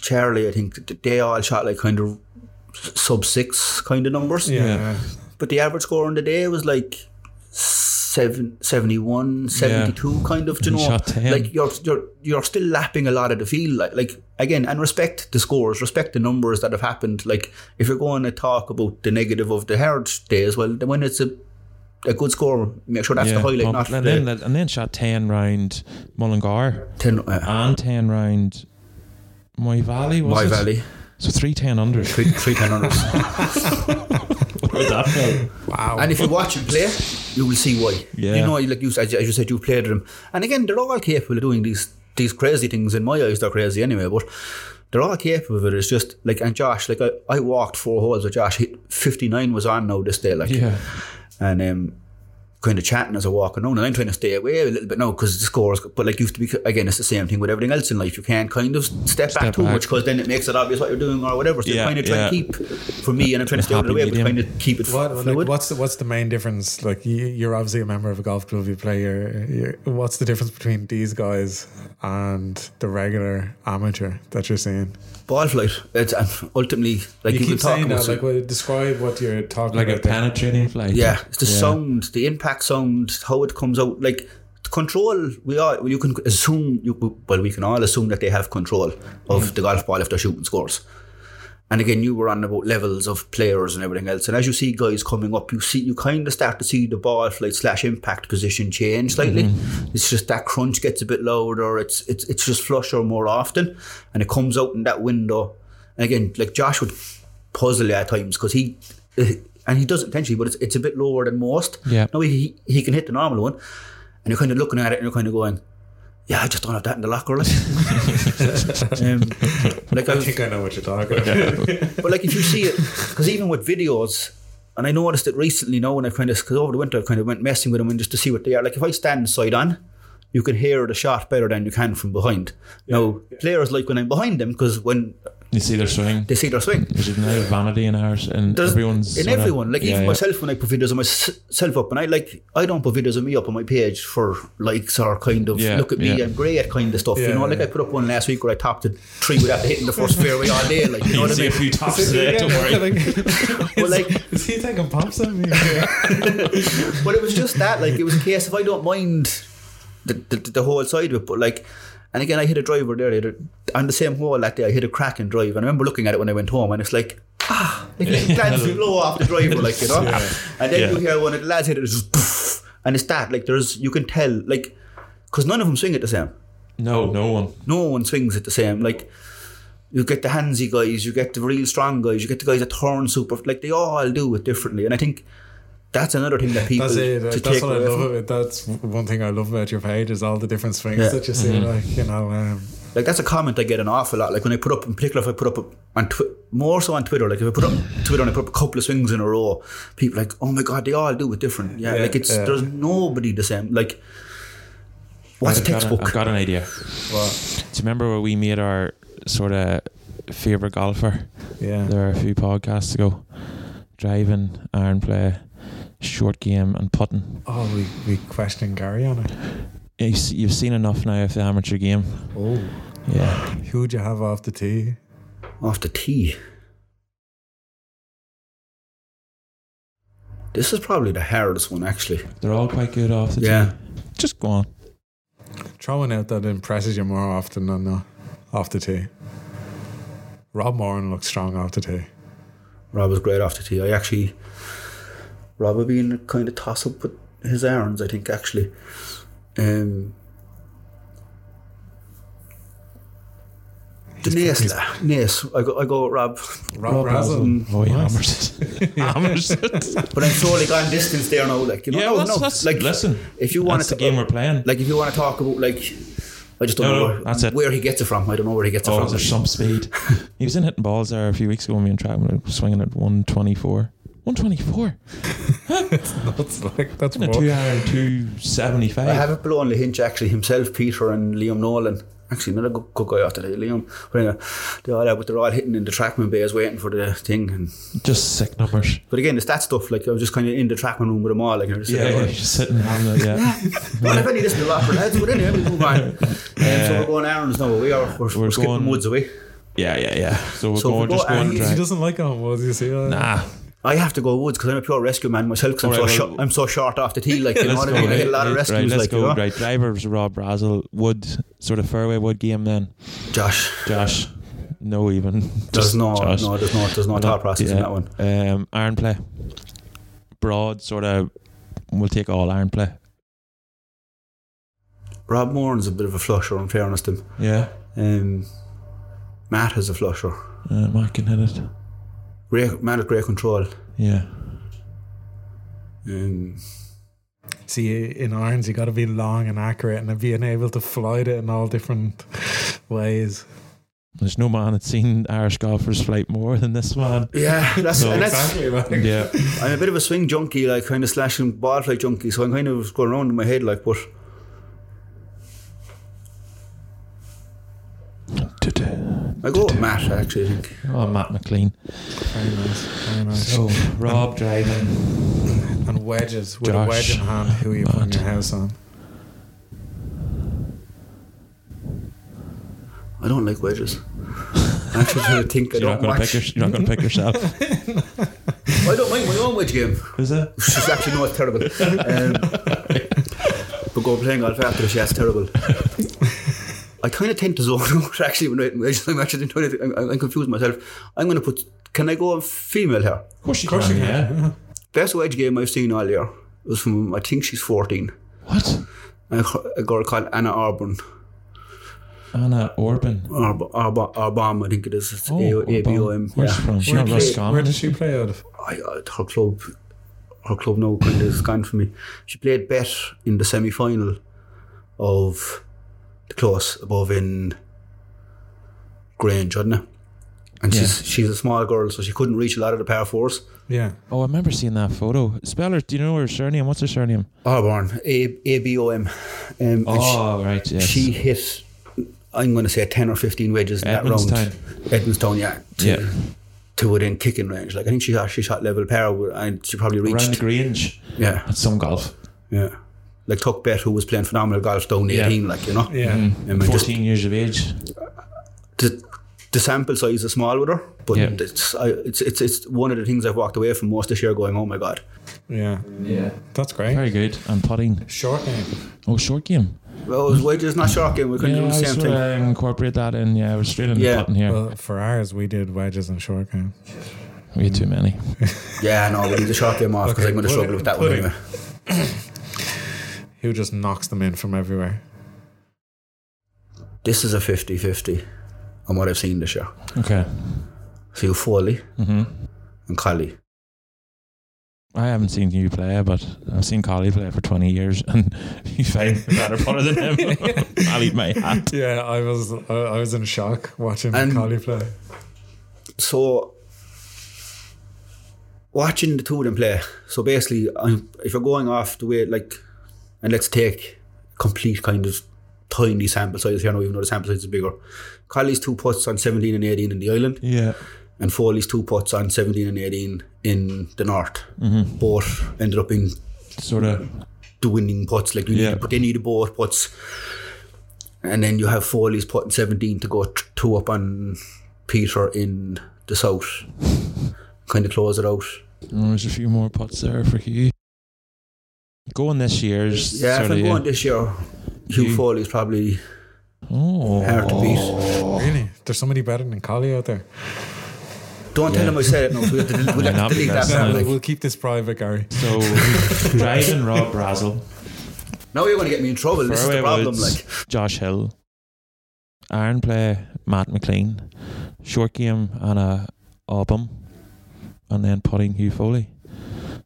Speaker 2: Charlie. I think th- they all shot like kind of sub six kind of numbers.
Speaker 1: Yeah.
Speaker 3: Yeah.
Speaker 2: But the average score on the day was like seven, 71, 72 kind of. do You
Speaker 3: He
Speaker 2: know,
Speaker 3: shot 10.
Speaker 2: like you're you're you're still lapping a lot of the field. Like like again, and respect the scores, respect the numbers that have happened. Like if you're going to talk about the negative of the hard days, well, then when it's a a good score, make sure that's
Speaker 3: yeah,
Speaker 2: the highlight,
Speaker 3: pump.
Speaker 2: not
Speaker 3: and
Speaker 2: the
Speaker 3: then and then shot ten round Mullingar.
Speaker 2: ten. Uh,
Speaker 3: and 10 round Moy Valley, Ah, was
Speaker 2: my
Speaker 3: it?
Speaker 2: valley,
Speaker 3: So three 10 unders.
Speaker 2: three, three ten hundreds.
Speaker 1: Wow.
Speaker 2: And if you watch him play, you will see why.
Speaker 3: Yeah.
Speaker 2: You know, like you as, as you said, you played with him, and again, they're all capable of doing these these crazy things. In my eyes, they're crazy anyway, but they're all capable of it. It's just like and Josh, like I, I walked four holes with Josh. Fifty nine was on now this day, like
Speaker 3: Yeah.
Speaker 2: and um, kind of chatting as I walk around. And I'm trying to stay away a little bit now because the scores. But like you have to be again, it's the same thing with everything else in life. You can't kind of step, back
Speaker 3: Step
Speaker 2: too
Speaker 3: back.
Speaker 2: much because then it makes it obvious what you're doing or whatever. So
Speaker 3: Yeah,
Speaker 2: you're kind of trying to
Speaker 3: yeah.
Speaker 2: keep for me, and I'm trying to stay out of the way,
Speaker 3: Happy
Speaker 2: but
Speaker 3: medium.
Speaker 2: trying to keep it
Speaker 1: What,
Speaker 2: fluid.
Speaker 1: like, what's the, what's the main difference? Like you, you're obviously a member of a golf club. You play your, your. What's the difference between these guys and the regular amateur that you're seeing?
Speaker 2: Ball flight. It's um, ultimately like
Speaker 1: You
Speaker 2: you, can
Speaker 1: keep
Speaker 2: talk
Speaker 1: saying
Speaker 2: about
Speaker 1: that. Like, well, describe what you're talking
Speaker 3: Like a
Speaker 1: about. there.
Speaker 3: penetrating flight.
Speaker 2: Yeah, it's the sound, the impact sound, how it comes out. Like the control, we are. You can assume. You, well, we can all assume that they have control of the golf ball if they're shooting scores. And again, you were on about levels of players and everything else. And as you see guys coming up, you see you kind of start to see the ball flight slash impact position change slightly. It's just that crunch gets a bit louder. It's it's it's just flusher more often, and it comes out in that window. And again, like Josh would puzzle you at times because he and he does it intentionally, but it's it's a bit lower than most.
Speaker 3: Yeah.
Speaker 2: No, he he can hit the normal one, and you're kind of looking at it and you're kind of going. Yeah, I just don't have that in the locker. Like, um, like
Speaker 1: I
Speaker 2: was-
Speaker 1: think I know what you're talking about.
Speaker 2: but like if you see it, because even with videos, and I noticed it recently now when I kind of, because over the winter I kind of went messing with them and just to see what they are. Like if I stand side on, you can hear the shot better than you can from behind. now, players like when I'm behind them because when
Speaker 3: You see their swing.
Speaker 2: they see their swing,
Speaker 3: There's a lot of vanity in ours, and
Speaker 2: there's-
Speaker 3: everyone's.
Speaker 2: in
Speaker 3: sort of-
Speaker 2: everyone. Like
Speaker 3: Yeah,
Speaker 2: even
Speaker 3: yeah.
Speaker 2: myself when I put videos of myself up, and I like I don't put videos of me up on my page for likes or kind of
Speaker 3: Yeah,
Speaker 2: look at me
Speaker 3: yeah.
Speaker 2: I'm great kind of stuff. you
Speaker 1: Yeah,
Speaker 2: know, like
Speaker 1: yeah.
Speaker 2: I put up one last week where I topped it three without hitting the first fairway all day. Like you know
Speaker 3: You
Speaker 2: what I
Speaker 3: see
Speaker 2: mean?
Speaker 3: a few tops today, don't worry.
Speaker 1: like,
Speaker 2: Well, like-
Speaker 1: is he taking pops at me?
Speaker 2: but it was just that, like, it was a case if I don't mind the, the, the whole side of it, but like, and again, I hit a driver there the other- on the same hole that day. I hit a cracking drive, and I remember looking at it when I went home, and it's like, ah, like you glance low off the driver, like you know. And then
Speaker 3: Yeah.
Speaker 2: you hear one of the lads hit it, it's just poof, and it's that. Like there's, you can tell, like, because none of them swing it the same.
Speaker 3: No,
Speaker 2: Oh.
Speaker 3: no one.
Speaker 2: No one swings it the same. Like you get the handsy guys, you get the real strong guys, you get the guys that turn super. Like they all do it differently, and I think that's another thing that people
Speaker 1: That's it.
Speaker 2: to
Speaker 1: That's
Speaker 2: take
Speaker 1: what I
Speaker 2: away
Speaker 1: love.
Speaker 2: from-
Speaker 1: About. That's one thing I love about your page is all the different swings
Speaker 2: Yeah.
Speaker 1: that you see. Like you know, um,
Speaker 2: like that's a comment I get an awful lot. Like when I put up, in particular, if I put up on twi- more so on Twitter, like if I put up Twitter and I put up a couple of swings in a row, people are like, oh my god, they all do it different. Yeah,
Speaker 1: Yeah,
Speaker 2: like it's
Speaker 1: yeah.
Speaker 2: there's nobody the same. Like what's a
Speaker 3: I've got
Speaker 2: textbook?
Speaker 3: I've got an idea.
Speaker 1: what?
Speaker 3: Do you remember where we made our sort of favorite golfer?
Speaker 1: Yeah.
Speaker 3: There are a few podcasts ago. Driving, iron play, short game, and putting.
Speaker 1: Oh, we we questioned Gary on it.
Speaker 3: You've s- you've seen enough now of the amateur game.
Speaker 1: Oh,
Speaker 3: Yeah.
Speaker 1: who'd you have off the tee?
Speaker 2: off the tee. This is probably the hardest one, actually.
Speaker 3: They're all quite good off the
Speaker 2: Yeah.
Speaker 3: tee. Just go on.
Speaker 1: Throwing out that impresses you more often than not off the tee. Rob Moran looks strong off the tee.
Speaker 2: Rob was great off the tee. I actually, Rob had been kind of toss up with his errands, I think, actually. Um, the Nace, la- Nace. I go, I go with Rob.
Speaker 1: Rob, Brazel.
Speaker 3: Oh, he
Speaker 1: Nice.
Speaker 3: hammers it. hammers it.
Speaker 2: But I'm surely gone distance there now. Like, you know,
Speaker 3: Yeah,
Speaker 2: no,
Speaker 3: well,
Speaker 2: no,
Speaker 3: that's, that's,
Speaker 2: like,
Speaker 3: listen.
Speaker 2: if you want
Speaker 3: That's
Speaker 2: to,
Speaker 3: the game we're playing.
Speaker 2: like, if you want to talk about, like, I just don't
Speaker 3: No,
Speaker 2: know
Speaker 3: no,
Speaker 2: where,
Speaker 3: that's it.
Speaker 2: where he gets it from. I don't know where he gets it
Speaker 3: Oh,
Speaker 2: from.
Speaker 3: there's some speed. he was in hitting balls there a few weeks ago when we were in track, when we were swinging at 124. 124?
Speaker 1: That's like that's
Speaker 3: In a
Speaker 1: more.
Speaker 3: two iron,
Speaker 2: I
Speaker 3: 275.
Speaker 2: have it below on the hinge actually himself, Peter and Liam Nolan. Actually, another good, good guy after that, Liam. But anyway, they're all out, but they're all hitting in the trackman bays waiting for the thing. And,
Speaker 3: Just sick numbers.
Speaker 2: but again, it's that stuff. Like I was just kind of in the trackman room with them all. Like and I was just
Speaker 3: Yeah,
Speaker 2: sitting
Speaker 3: yeah,
Speaker 2: there
Speaker 3: you're just sitting having it, yeah.
Speaker 2: going, Not if any of this in the locker lads, but anyway, we move on. Um, so we're going errands now. We are we're, we're, skipping
Speaker 3: going-
Speaker 2: woods away.
Speaker 3: yeah, yeah, yeah. So we're
Speaker 2: So if we
Speaker 3: going,
Speaker 2: go
Speaker 3: just going
Speaker 2: out,
Speaker 3: to
Speaker 1: he
Speaker 2: Right.
Speaker 1: doesn't like it on was you see. uh,
Speaker 3: Nah,
Speaker 2: I have to go woods because I'm a pure rescue man myself. Because I'm,
Speaker 3: Alright,
Speaker 2: so
Speaker 3: well-
Speaker 2: short- I'm so short off the tee. Like you know
Speaker 3: let's
Speaker 2: what
Speaker 3: go.
Speaker 2: I mean. I
Speaker 3: right,
Speaker 2: get a lot of
Speaker 3: right,
Speaker 2: rescues.
Speaker 3: right, let's
Speaker 2: like
Speaker 3: go.
Speaker 2: you know?
Speaker 3: Right, drivers, Rob Brazel, Wood, sort of fairway Wood game then.
Speaker 2: Josh,
Speaker 3: Josh, no even.
Speaker 2: there's
Speaker 3: Just
Speaker 2: no,
Speaker 3: Josh.
Speaker 2: no, there's no, there's no thought process in
Speaker 3: Yeah.
Speaker 2: that one.
Speaker 3: Um, iron play. Broad, sort of, we'll take all iron play.
Speaker 2: Rob Moran's a bit of a flusher, in fairness to him.
Speaker 3: Yeah.
Speaker 2: Um, Matt has a flusher.
Speaker 3: Uh, Mark can hit it.
Speaker 2: Great, Matt has great control.
Speaker 3: Yeah.
Speaker 2: Um,
Speaker 1: See, in irons, you got to be long and accurate, and being able to flight it in all different ways.
Speaker 3: There's no man that's seen Irish golfers flight more than this man.
Speaker 2: yeah, that's,
Speaker 3: No,
Speaker 2: and that's
Speaker 1: Like,
Speaker 3: Yeah.
Speaker 2: I'm a bit of a swing junkie, like kind of slashing ball flight junkie. So I'm kind of going around in my head, like, but I go with Matt actually. I think
Speaker 3: Oh, Matt McLean.
Speaker 1: Very nice, very nice.
Speaker 3: So, Rob driving.
Speaker 1: and wedges with
Speaker 3: Josh,
Speaker 1: a wedge in hand. Who are you putting
Speaker 3: Matt.
Speaker 1: your house on?
Speaker 2: I don't like wedges. I'm actually trying to think. I
Speaker 3: You're not
Speaker 2: don't
Speaker 3: going to
Speaker 2: watch.
Speaker 3: pick your, you're not going to pick yourself.
Speaker 2: I don't mind my own wedge game.
Speaker 3: Is it?
Speaker 2: She's actually no, it's terrible. Um, but go playing golf after this, yeah, it's terrible. I kind of tend to zone out actually when I'm wedges. I'm actually doing it. I'm, I'm confused myself. I'm going to put. Can I go female here?
Speaker 3: Of course you
Speaker 1: course
Speaker 3: can.
Speaker 1: you
Speaker 3: Yeah.
Speaker 2: Best wedge game I've seen all year was from I think she's 14.
Speaker 3: What?
Speaker 2: A, a girl called Anna Arbon.
Speaker 3: Anna Orban.
Speaker 2: Arb- Arb- Arbom, I think it is. It's A-
Speaker 3: Orban.
Speaker 2: A-B-O-M.
Speaker 3: Oh, Where's she
Speaker 2: Yeah.
Speaker 3: from? She's not
Speaker 1: Where- Where
Speaker 3: Roscommon.
Speaker 1: does she play out of?
Speaker 2: I, I, her club, her club now kind of is gone er for me. She played Bet in the semi final of the close above in Grange, wasn't it? And she's she's a small girl, so she couldn't reach a lot of the power fours.
Speaker 1: Yeah,
Speaker 3: Oh, I remember seeing that photo. Speller, do you know her surname? What's her surname?
Speaker 2: Arborn, Oh, A A B O M. Um, and she-
Speaker 3: right. Oh, Yes.
Speaker 2: she hit I'm going to say 10 or 15 wedges in that round
Speaker 3: Edmondstown.
Speaker 2: Edmondstown yeah to,
Speaker 3: Yeah.
Speaker 2: to within kicking range like I think she shot, she shot level pair with- and she probably
Speaker 3: Around
Speaker 2: reached
Speaker 3: the Grange.
Speaker 2: yeah
Speaker 3: That's some golf.
Speaker 2: yeah like Tuck Bet who was playing phenomenal golf down
Speaker 3: Yeah.
Speaker 2: 18 like you know
Speaker 1: yeah.
Speaker 3: Mm.
Speaker 2: Um, and just
Speaker 3: 14 years of age.
Speaker 2: the, the sample size is small with her but
Speaker 3: Yeah.
Speaker 2: it's, I, it's it's it's one of the things I've walked away from most this year going oh my god
Speaker 1: Yeah,
Speaker 3: Yeah.
Speaker 1: that's great.
Speaker 3: Very good. And putting.
Speaker 1: Short game.
Speaker 3: Oh, short game.
Speaker 2: well it was wedges not short game we couldn't
Speaker 3: yeah,
Speaker 2: do
Speaker 3: I
Speaker 2: the same
Speaker 3: sort
Speaker 2: thing
Speaker 3: of incorporate that in. Yeah, we're straight in
Speaker 2: Yeah.
Speaker 3: the putting here.
Speaker 1: Well, for ours, we did wedges and short game.
Speaker 3: We had too many.
Speaker 2: Yeah, no, we need the short game off because
Speaker 1: Okay,
Speaker 2: I'm going to
Speaker 1: pudding-
Speaker 2: struggle with that one
Speaker 1: pudding.
Speaker 2: anyway.
Speaker 1: Who just knocks them in from everywhere?
Speaker 2: This is a 50 50 on what I've seen this year.
Speaker 3: Okay.
Speaker 2: So you Foley
Speaker 3: hmm
Speaker 2: and Collie.
Speaker 3: I haven't seen you play, but I've seen Collie play for 20 years, and you find a better punter than him. I'll eat my hat.
Speaker 1: Yeah, I was I, I was in shock watching
Speaker 2: And-
Speaker 1: Macaulay play.
Speaker 2: So watching the two of them play. So basically, I'm, if you're going off the way like, and let's take complete kind of tiny sample size here now, even though the sample size is bigger. Collie's two putts on 17 and 18 in the island,
Speaker 3: Yeah.
Speaker 2: and Foley's two putts on 17 and 18 in the north.
Speaker 3: Mm-hmm.
Speaker 2: Both ended up in
Speaker 3: Sort of.
Speaker 2: the winning putts. Like you
Speaker 3: Yeah.
Speaker 2: need, but they need both putts, and then you have Foley's putting seventeen to go t- two up on Peter in the south, kind of close it out.
Speaker 3: Oh, There's a few more putts there for Hugh. Going this year's.
Speaker 2: Yeah,
Speaker 3: sort
Speaker 2: if I'm
Speaker 3: of,
Speaker 2: going this year, Hugh
Speaker 3: You-
Speaker 2: Foley's probably
Speaker 3: Oh.
Speaker 2: hard to beat.
Speaker 1: Really? There's somebody better than Collie out there.
Speaker 2: Don't tell him I said it. eh, No, we have to, del- we'll
Speaker 3: not
Speaker 2: have to delete that.
Speaker 3: because-
Speaker 2: Now,
Speaker 1: We'll-
Speaker 2: like,
Speaker 1: we'll keep this private, Gary.
Speaker 3: So, driving Rob Brazel,
Speaker 2: now you're going to get me in trouble. This is the
Speaker 3: Fairway
Speaker 2: problem.
Speaker 3: Woods,
Speaker 2: Like,
Speaker 3: Josh Hill, Aaron play Matt McLean, short game Anna Album, and then putting Hugh Foley.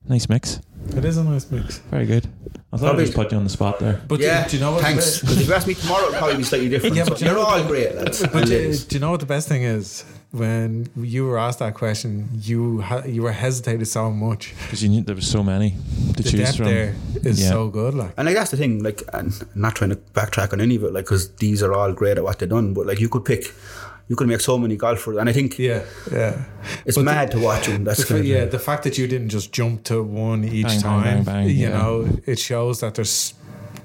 Speaker 3: Nice mix.
Speaker 1: It is a nice mix.
Speaker 3: Very good. I thought
Speaker 2: Probably-
Speaker 3: I just put you on the spot there.
Speaker 1: But do-
Speaker 2: yeah,
Speaker 1: do you know what? the
Speaker 2: thanks.
Speaker 1: best-
Speaker 2: Because if you ask me tomorrow, it'll probably be slightly different.
Speaker 1: Yeah,
Speaker 2: Yeah,
Speaker 1: but
Speaker 2: but
Speaker 1: you
Speaker 2: you're
Speaker 1: know-
Speaker 2: all great, lads.
Speaker 1: But
Speaker 2: and
Speaker 1: do,
Speaker 2: ladies.
Speaker 1: do you know what the best thing is? When you were asked that question, you ha- you were hesitated so much.
Speaker 3: Because you knew there was so many
Speaker 1: The
Speaker 3: to choose
Speaker 1: depth
Speaker 3: from.
Speaker 1: there is
Speaker 3: Yeah.
Speaker 1: so good. Like
Speaker 2: And like that's the thing, like, and I'm not trying to backtrack on any of it, like, because these are all great at what they've done. But like, you could pick, you could make so many golfers, and I think
Speaker 1: yeah, yeah.
Speaker 2: it's
Speaker 1: But the-
Speaker 2: mad to watch them. That's
Speaker 1: The fa-
Speaker 2: kind of,
Speaker 1: yeah, the fact that you didn't just jump to one each
Speaker 3: Bang, bang,
Speaker 1: time,
Speaker 3: bang, bang,
Speaker 1: you
Speaker 3: yeah.
Speaker 1: know, it shows that there's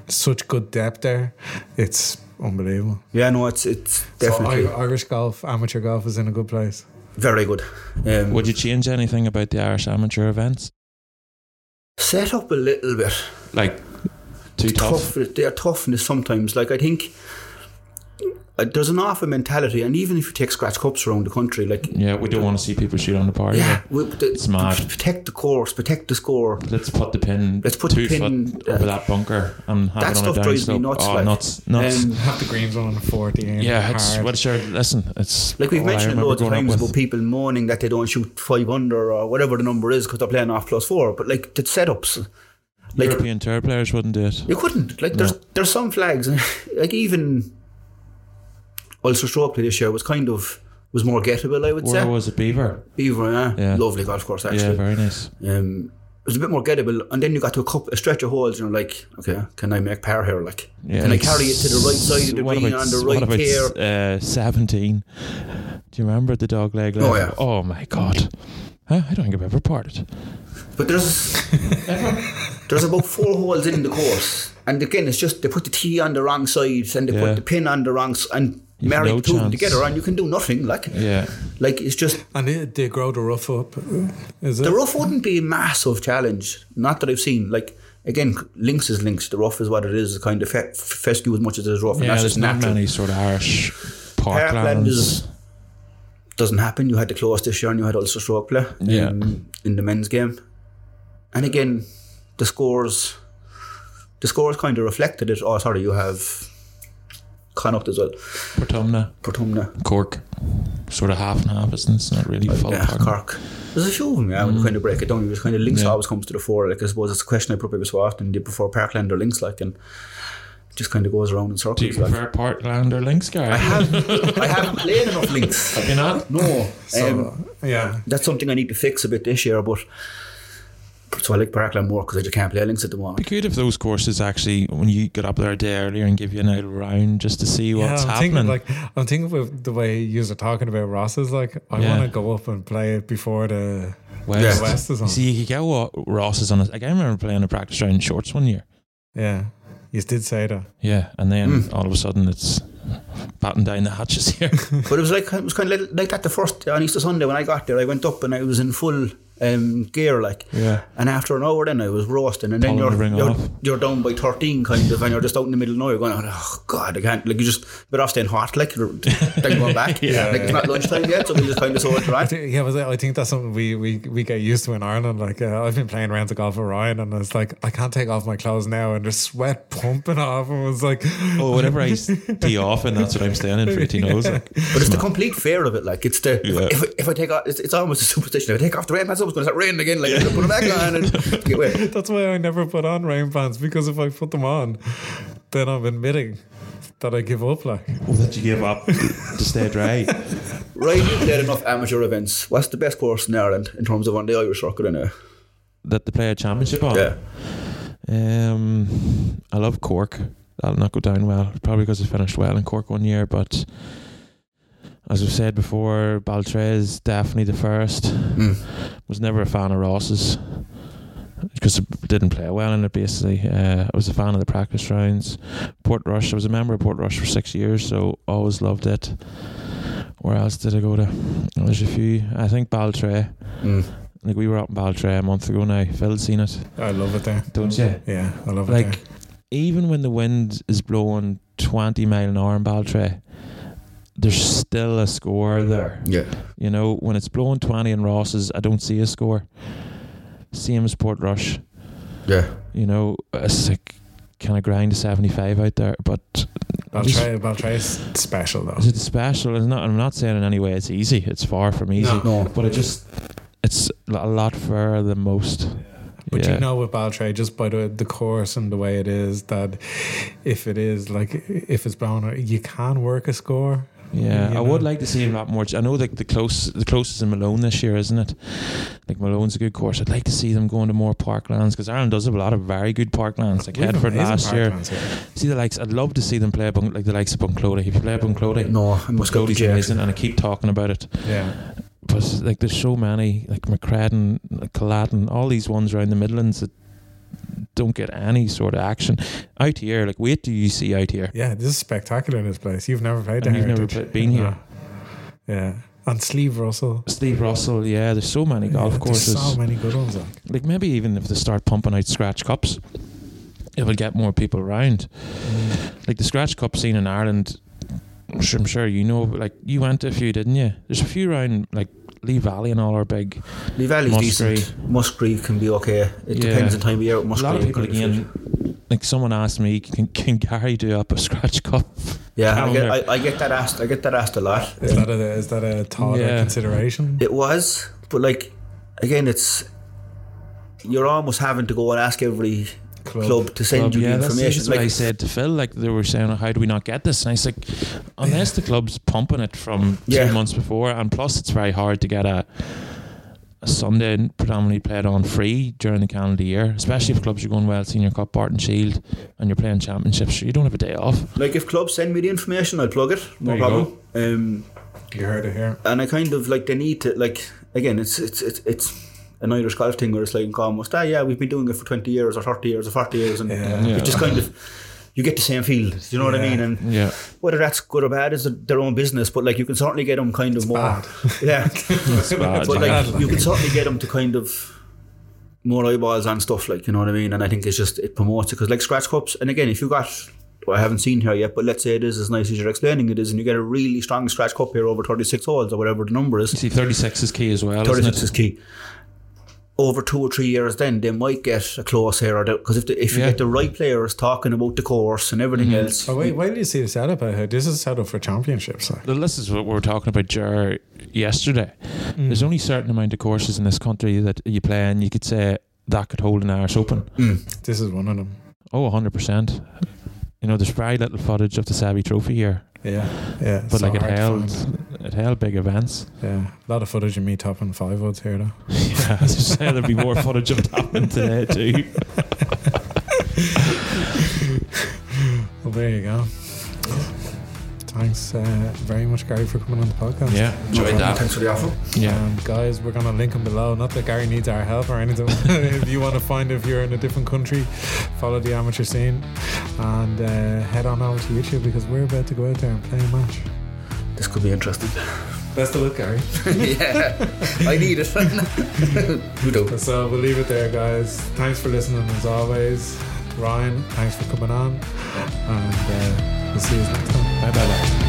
Speaker 1: such good depth there. It's unbelievable.
Speaker 2: yeah, no, it's it's
Speaker 1: So
Speaker 2: definitely
Speaker 1: I- Irish golf, amateur golf is in a good place.
Speaker 2: very good. Um,
Speaker 3: Would you change anything about the Irish amateur events?
Speaker 2: set up a little bit
Speaker 3: Like, too tough?
Speaker 2: tough. Their toughness sometimes, like I think. uh, There's an awful mentality, and even if you take scratch cups around the country, like
Speaker 3: Yeah, we don't want to see people shoot on the par.
Speaker 2: yeah, we, the,
Speaker 3: It's mad.
Speaker 2: protect the course, protect the score.
Speaker 3: Let's put the pin
Speaker 2: Let's put
Speaker 3: two
Speaker 2: the pin,
Speaker 3: foot
Speaker 2: uh,
Speaker 3: over that bunker and have
Speaker 2: that
Speaker 3: it on
Speaker 2: stuff
Speaker 3: a down
Speaker 2: drives me
Speaker 3: slope.
Speaker 2: nuts,
Speaker 3: Oh,
Speaker 2: like.
Speaker 3: nuts, nuts.
Speaker 2: Um,
Speaker 1: Have the greens on a forty. aim
Speaker 3: yeah, it's
Speaker 1: hard.
Speaker 3: well, sure. Listen, it's
Speaker 2: Like we've
Speaker 3: all Oh, I
Speaker 2: mentioned
Speaker 3: remember
Speaker 2: loads of
Speaker 3: growing
Speaker 2: times
Speaker 3: up
Speaker 2: about
Speaker 3: with.
Speaker 2: people moaning that they don't shoot five under or whatever the number is because they're playing off plus four. But like the setups, like
Speaker 3: European tour players wouldn't do it.
Speaker 2: you couldn't. Like there's there's some flags, and like even Ulster Stroke play this year was kind of was more gettable. I would
Speaker 3: Where
Speaker 2: say
Speaker 3: was it, Beaver?
Speaker 2: Beaver, yeah.
Speaker 3: Yeah.
Speaker 2: lovely golf course
Speaker 3: Yeah,
Speaker 2: actually.
Speaker 3: very nice.
Speaker 2: um, it was a bit more gettable, and then you got to a cup a stretch of holes, and you're like, okay, can I make par here? Like,
Speaker 3: Yeah,
Speaker 2: can I
Speaker 3: like
Speaker 2: carry it to the right side of the
Speaker 3: what
Speaker 2: green
Speaker 3: about-
Speaker 2: on the
Speaker 3: what
Speaker 2: right
Speaker 3: about,
Speaker 2: here?
Speaker 3: Uh, Seventeen. Do you remember the dog leg?
Speaker 2: Oh,
Speaker 3: leg?
Speaker 2: yeah.
Speaker 3: Oh my god. Huh? I don't think I've ever parted.
Speaker 2: But there's there's about four holes in the course, and again, it's just they put the tee on the wrong sides and they
Speaker 3: Yeah.
Speaker 2: put the pin on the wrong s- and
Speaker 3: You've
Speaker 2: marry
Speaker 3: no
Speaker 2: the two of them
Speaker 3: chance.
Speaker 2: together, and you can do nothing. Like,
Speaker 3: Yeah.
Speaker 2: like it's just
Speaker 1: and it, they grow the rough up. Is it?
Speaker 2: the rough wouldn't be a massive challenge. Not that I've seen. Like again, links is links. The rough is what it is. It's kind of fe- fescue as much as it is rough, and
Speaker 3: yeah,
Speaker 2: that's
Speaker 3: there's
Speaker 2: just
Speaker 3: not
Speaker 2: natural.
Speaker 3: many sort of Irish
Speaker 2: Parkland
Speaker 3: parklands.
Speaker 2: is doesn't happen. You had the close this year, and you had also stroke play um,
Speaker 3: Yeah.
Speaker 2: in the men's game. And again, the scores, the scores kind of reflected it. Oh, sorry, you have Connacht as well,
Speaker 3: Portumna,
Speaker 2: Portumna,
Speaker 3: Cork, sort of half and half. Isn't it? It's not really full
Speaker 2: Oh, yeah,
Speaker 3: Cork.
Speaker 2: Cork. There's a few of them. Yeah,
Speaker 3: Mm.
Speaker 2: when you kind of break it down, you just kind of links
Speaker 3: Yeah.
Speaker 2: always comes to the fore. Like I suppose it's a question I probably was often did before Parkland or links, like and just kind of goes around in
Speaker 3: Do you
Speaker 2: circles. Like.
Speaker 3: prefer Parkland or Links, guy?
Speaker 2: I haven't, I haven't played enough links.
Speaker 3: you not?
Speaker 2: No, um,
Speaker 1: So, yeah,
Speaker 2: that's something I need to fix a bit this year. But so I like Parkland more because I just can't play links at the
Speaker 3: Be
Speaker 2: moment.
Speaker 3: good if those courses actually, when you get up there a day earlier and give you an idle round just to see what's
Speaker 1: yeah, I'm Thinking,
Speaker 3: happening.
Speaker 1: like I'm thinking with the way you are talking about Ross is like I
Speaker 3: Yeah.
Speaker 1: want to go up and play it before the
Speaker 3: West.
Speaker 1: the West is on.
Speaker 3: See, you could get what Ross is on. Like, I remember playing a practice round in shorts one year.
Speaker 1: Yeah, you did say that.
Speaker 3: Yeah, and then all of a sudden it's batting down the hatches here.
Speaker 2: but it was like it was kind of like that the first on Easter Sunday when I got there. I went up and I was in full um, gear, like.
Speaker 3: Yeah.
Speaker 2: And after an hour, then I was roasting, and then
Speaker 3: Pulling the
Speaker 2: you're
Speaker 3: ring
Speaker 2: you're,
Speaker 3: off.
Speaker 2: you're down by thirteen, kind of, and you're just out in the middle now. You're going, oh god, I can't. Like you just bit off staying hot, like you're- then going back.
Speaker 3: Yeah.
Speaker 2: Like it's not lunchtime yet, so we just kind of sort of
Speaker 1: I
Speaker 2: right.
Speaker 1: think, yeah, but I think that's something we, we, we get used to in Ireland. Like uh, I've been playing rounds of golf with Ryan, and it's like I can't take off my clothes now, and there's sweat pumping off, and it's like,
Speaker 3: Oh, whenever I s- tee off, and that's what I'm standing for. He knows. Like,
Speaker 2: But it's the complete fear of it. Like it's the
Speaker 3: Yeah.
Speaker 2: if, if, I take off, it's, it's almost a superstition. If I take off the rain pants, it's going to start raining again. Like I'm going to put them back on and get wet.
Speaker 1: that's why I never put on rain pants because if I put them on, then I'm admitting that I give up. Like
Speaker 3: oh, that you give up to stay dry.
Speaker 2: Ryan, you played enough amateur events. What's the best course in Ireland in terms of on the Irish circuit? I know.
Speaker 3: That they play a championship on.
Speaker 2: Yeah,
Speaker 3: Um, I love Cork. That'll not go down well, probably because I finished well in Cork one year. But as I've said before, Baltrez definitely the first.
Speaker 2: Mm.
Speaker 3: Was never a fan of Ross's because I didn't play well in it. Basically, uh, I was a fan of the practice rounds. Port Rush. I was a member of Port Rush for six years, so always loved it. Where else did I go to? There's a few. I think Baltray.
Speaker 2: Mm.
Speaker 3: Like we were up in Baltray a month ago now. Phil seen it,
Speaker 1: I love it there.
Speaker 3: don't you?
Speaker 1: Yeah, I love it eh?
Speaker 3: like
Speaker 1: there.
Speaker 3: even when the wind is blowing 20 mile an hour in Baltray there's still a score there
Speaker 2: yeah.
Speaker 3: you know when it's blowing 20 in Ross's I don't see a score same as Port Rush
Speaker 2: Yeah.
Speaker 3: you know it's like kind of grind to 75 out there but
Speaker 1: Baltray, Baltray's special though.
Speaker 3: is it special it's not I'm not saying in any way it's easy it's far from easy
Speaker 2: No,
Speaker 3: but it just it's a lot fairer than most
Speaker 1: But
Speaker 3: yeah.
Speaker 1: you know with Baltray, just by the the course and the way it is, that if it is like if it's blown, you can work a score.
Speaker 3: Yeah,
Speaker 1: you
Speaker 3: I would
Speaker 1: know?
Speaker 3: like to see a lot more. ch- I know like the close, the closest in Malone this year, isn't it? Like Malone's a good course. I'd like to see them going to more parklands because Ireland does have a lot of very good parklands. Like
Speaker 1: We have
Speaker 3: Headford
Speaker 1: amazing
Speaker 3: last year,
Speaker 1: parklands here.
Speaker 3: see the likes. I'd love to see them play Bun- like the likes of Bunclody. If you play Bunclody,
Speaker 2: no. I must go to
Speaker 3: Bunclody's
Speaker 2: Jackson.
Speaker 3: amazing, and I keep talking about it.
Speaker 1: Yeah,
Speaker 3: But like, there's so many like McCradden, like Calatin, all these ones around the Midlands that don't get any sort of action out here. Like, wait till you see out here.
Speaker 1: yeah, this is spectacular. This place you've never played.
Speaker 3: And
Speaker 1: the
Speaker 3: you've never
Speaker 1: Heritage.
Speaker 3: pla- been here.
Speaker 1: No. Yeah, and Sleeve Russell.
Speaker 3: Steve Russell, yeah, there's so many golf
Speaker 1: Yeah, there's
Speaker 3: courses.
Speaker 1: so many good ones. Like.
Speaker 3: like maybe even if they start pumping out scratch cups, it would get more people around. Like the scratch cup scene in Ireland, I'm sure, I'm sure you know. but, Like you went to a few, didn't you? There's a few around like Lee Valley and all are big.
Speaker 2: Lee Valley's
Speaker 3: Musgrave.
Speaker 2: decent. Musgrave can be okay. It
Speaker 3: Yeah.
Speaker 2: depends on time of year. At
Speaker 3: a lot
Speaker 2: Musgrave
Speaker 3: of people
Speaker 2: kind of
Speaker 3: again. Like someone asked me, can, can Gary do up a scratch cup?
Speaker 2: Yeah, I get,
Speaker 3: calendar.
Speaker 2: I, I get that asked. I get that asked a lot.
Speaker 1: Is that a is that a thought or
Speaker 3: Yeah.
Speaker 1: consideration?
Speaker 2: It was, but like again, it's you're almost having to go and ask every
Speaker 1: Club.
Speaker 2: club, to send
Speaker 3: Club,
Speaker 2: you the
Speaker 3: yeah, that's,
Speaker 2: information.
Speaker 3: that's what I
Speaker 2: Like,
Speaker 3: said to Phil. Like they were saying, how do we not get this? And I was like, unless the club's pumping it from
Speaker 2: Yeah.
Speaker 3: two months before, and plus it's very hard to get a a Sunday predominantly played on free during the calendar year, especially if clubs are going well, senior cup, Barton Shield, and you're playing championships. You don't have a day off.
Speaker 2: like if clubs send me the information, I'll plug it. No
Speaker 3: There you
Speaker 2: problem. Um,
Speaker 1: You heard it here.
Speaker 2: and I kind of like they need to like again. It's it's it's it's an Irish golf thing where it's like almost ah yeah we've been doing it for twenty years or thirty years or forty years and
Speaker 1: Yeah.
Speaker 3: Yeah.
Speaker 2: it just kind of you get the same feel. Do you know what I
Speaker 1: Yeah.
Speaker 2: mean? And
Speaker 3: Yeah,
Speaker 2: whether that's good or bad is their own business, but like you can certainly get them kind of more.
Speaker 1: bad.
Speaker 2: Yeah,
Speaker 3: bad,
Speaker 2: but like
Speaker 1: bad,
Speaker 2: you can certainly get them to kind of more eyeballs on stuff, like you know what I mean. And I think it's just it promotes it because like scratch cups, and again, if you got. well, I haven't seen here yet, but let's say it is as nice as you're explaining it is, and you get a really strong scratch cup here over 36 holes or whatever the number is.
Speaker 3: see, thirty six is key as well. Isn't
Speaker 2: 36
Speaker 3: it?
Speaker 2: is key. Over two or three years, then they might get a close here or because if the, if you
Speaker 3: Yeah. Mm-hmm.
Speaker 2: get the right players talking about the course and everything else,
Speaker 1: Oh wait, why do you see the setup out here? This is set up for championships. Like.
Speaker 3: Well, This is what we were talking about Jer yesterday. Mm.
Speaker 2: Hmm.
Speaker 3: There's only a certain amount of courses in this country that you play, and you could say that could hold an Irish Open.
Speaker 2: Mm.
Speaker 1: This is one of them.
Speaker 3: Oh, 100%. You know, there's very little footage of the Savvy Trophy here,
Speaker 1: Yeah, yeah.
Speaker 3: but
Speaker 1: so
Speaker 3: like it
Speaker 1: hard to
Speaker 3: held,
Speaker 1: find.
Speaker 3: it held big events.
Speaker 1: Yeah, a lot of footage of me topping five woods here though.
Speaker 3: Yeah, as you say, there'll be more footage of it happening today too.
Speaker 1: Well, there you go. Thanks uh, very much, Gary, for coming on the podcast.
Speaker 3: Yeah, enjoyed that.
Speaker 2: thanks for the offer.
Speaker 3: Yeah,
Speaker 1: Um, guys, we're going to link them below. Not that Gary needs our help or anything. if you want to find if you're in a different country, follow the amateur scene and uh, head on over to YouTube because we're about to go out there and play a match.
Speaker 2: This could be interesting.
Speaker 1: Best of luck, Gary.
Speaker 2: yeah, I need it. you do.
Speaker 1: So we'll leave it there, guys. Thanks for listening as always. Ryan, thanks for coming on. And uh, we'll see you next time.
Speaker 3: Bye bye bye.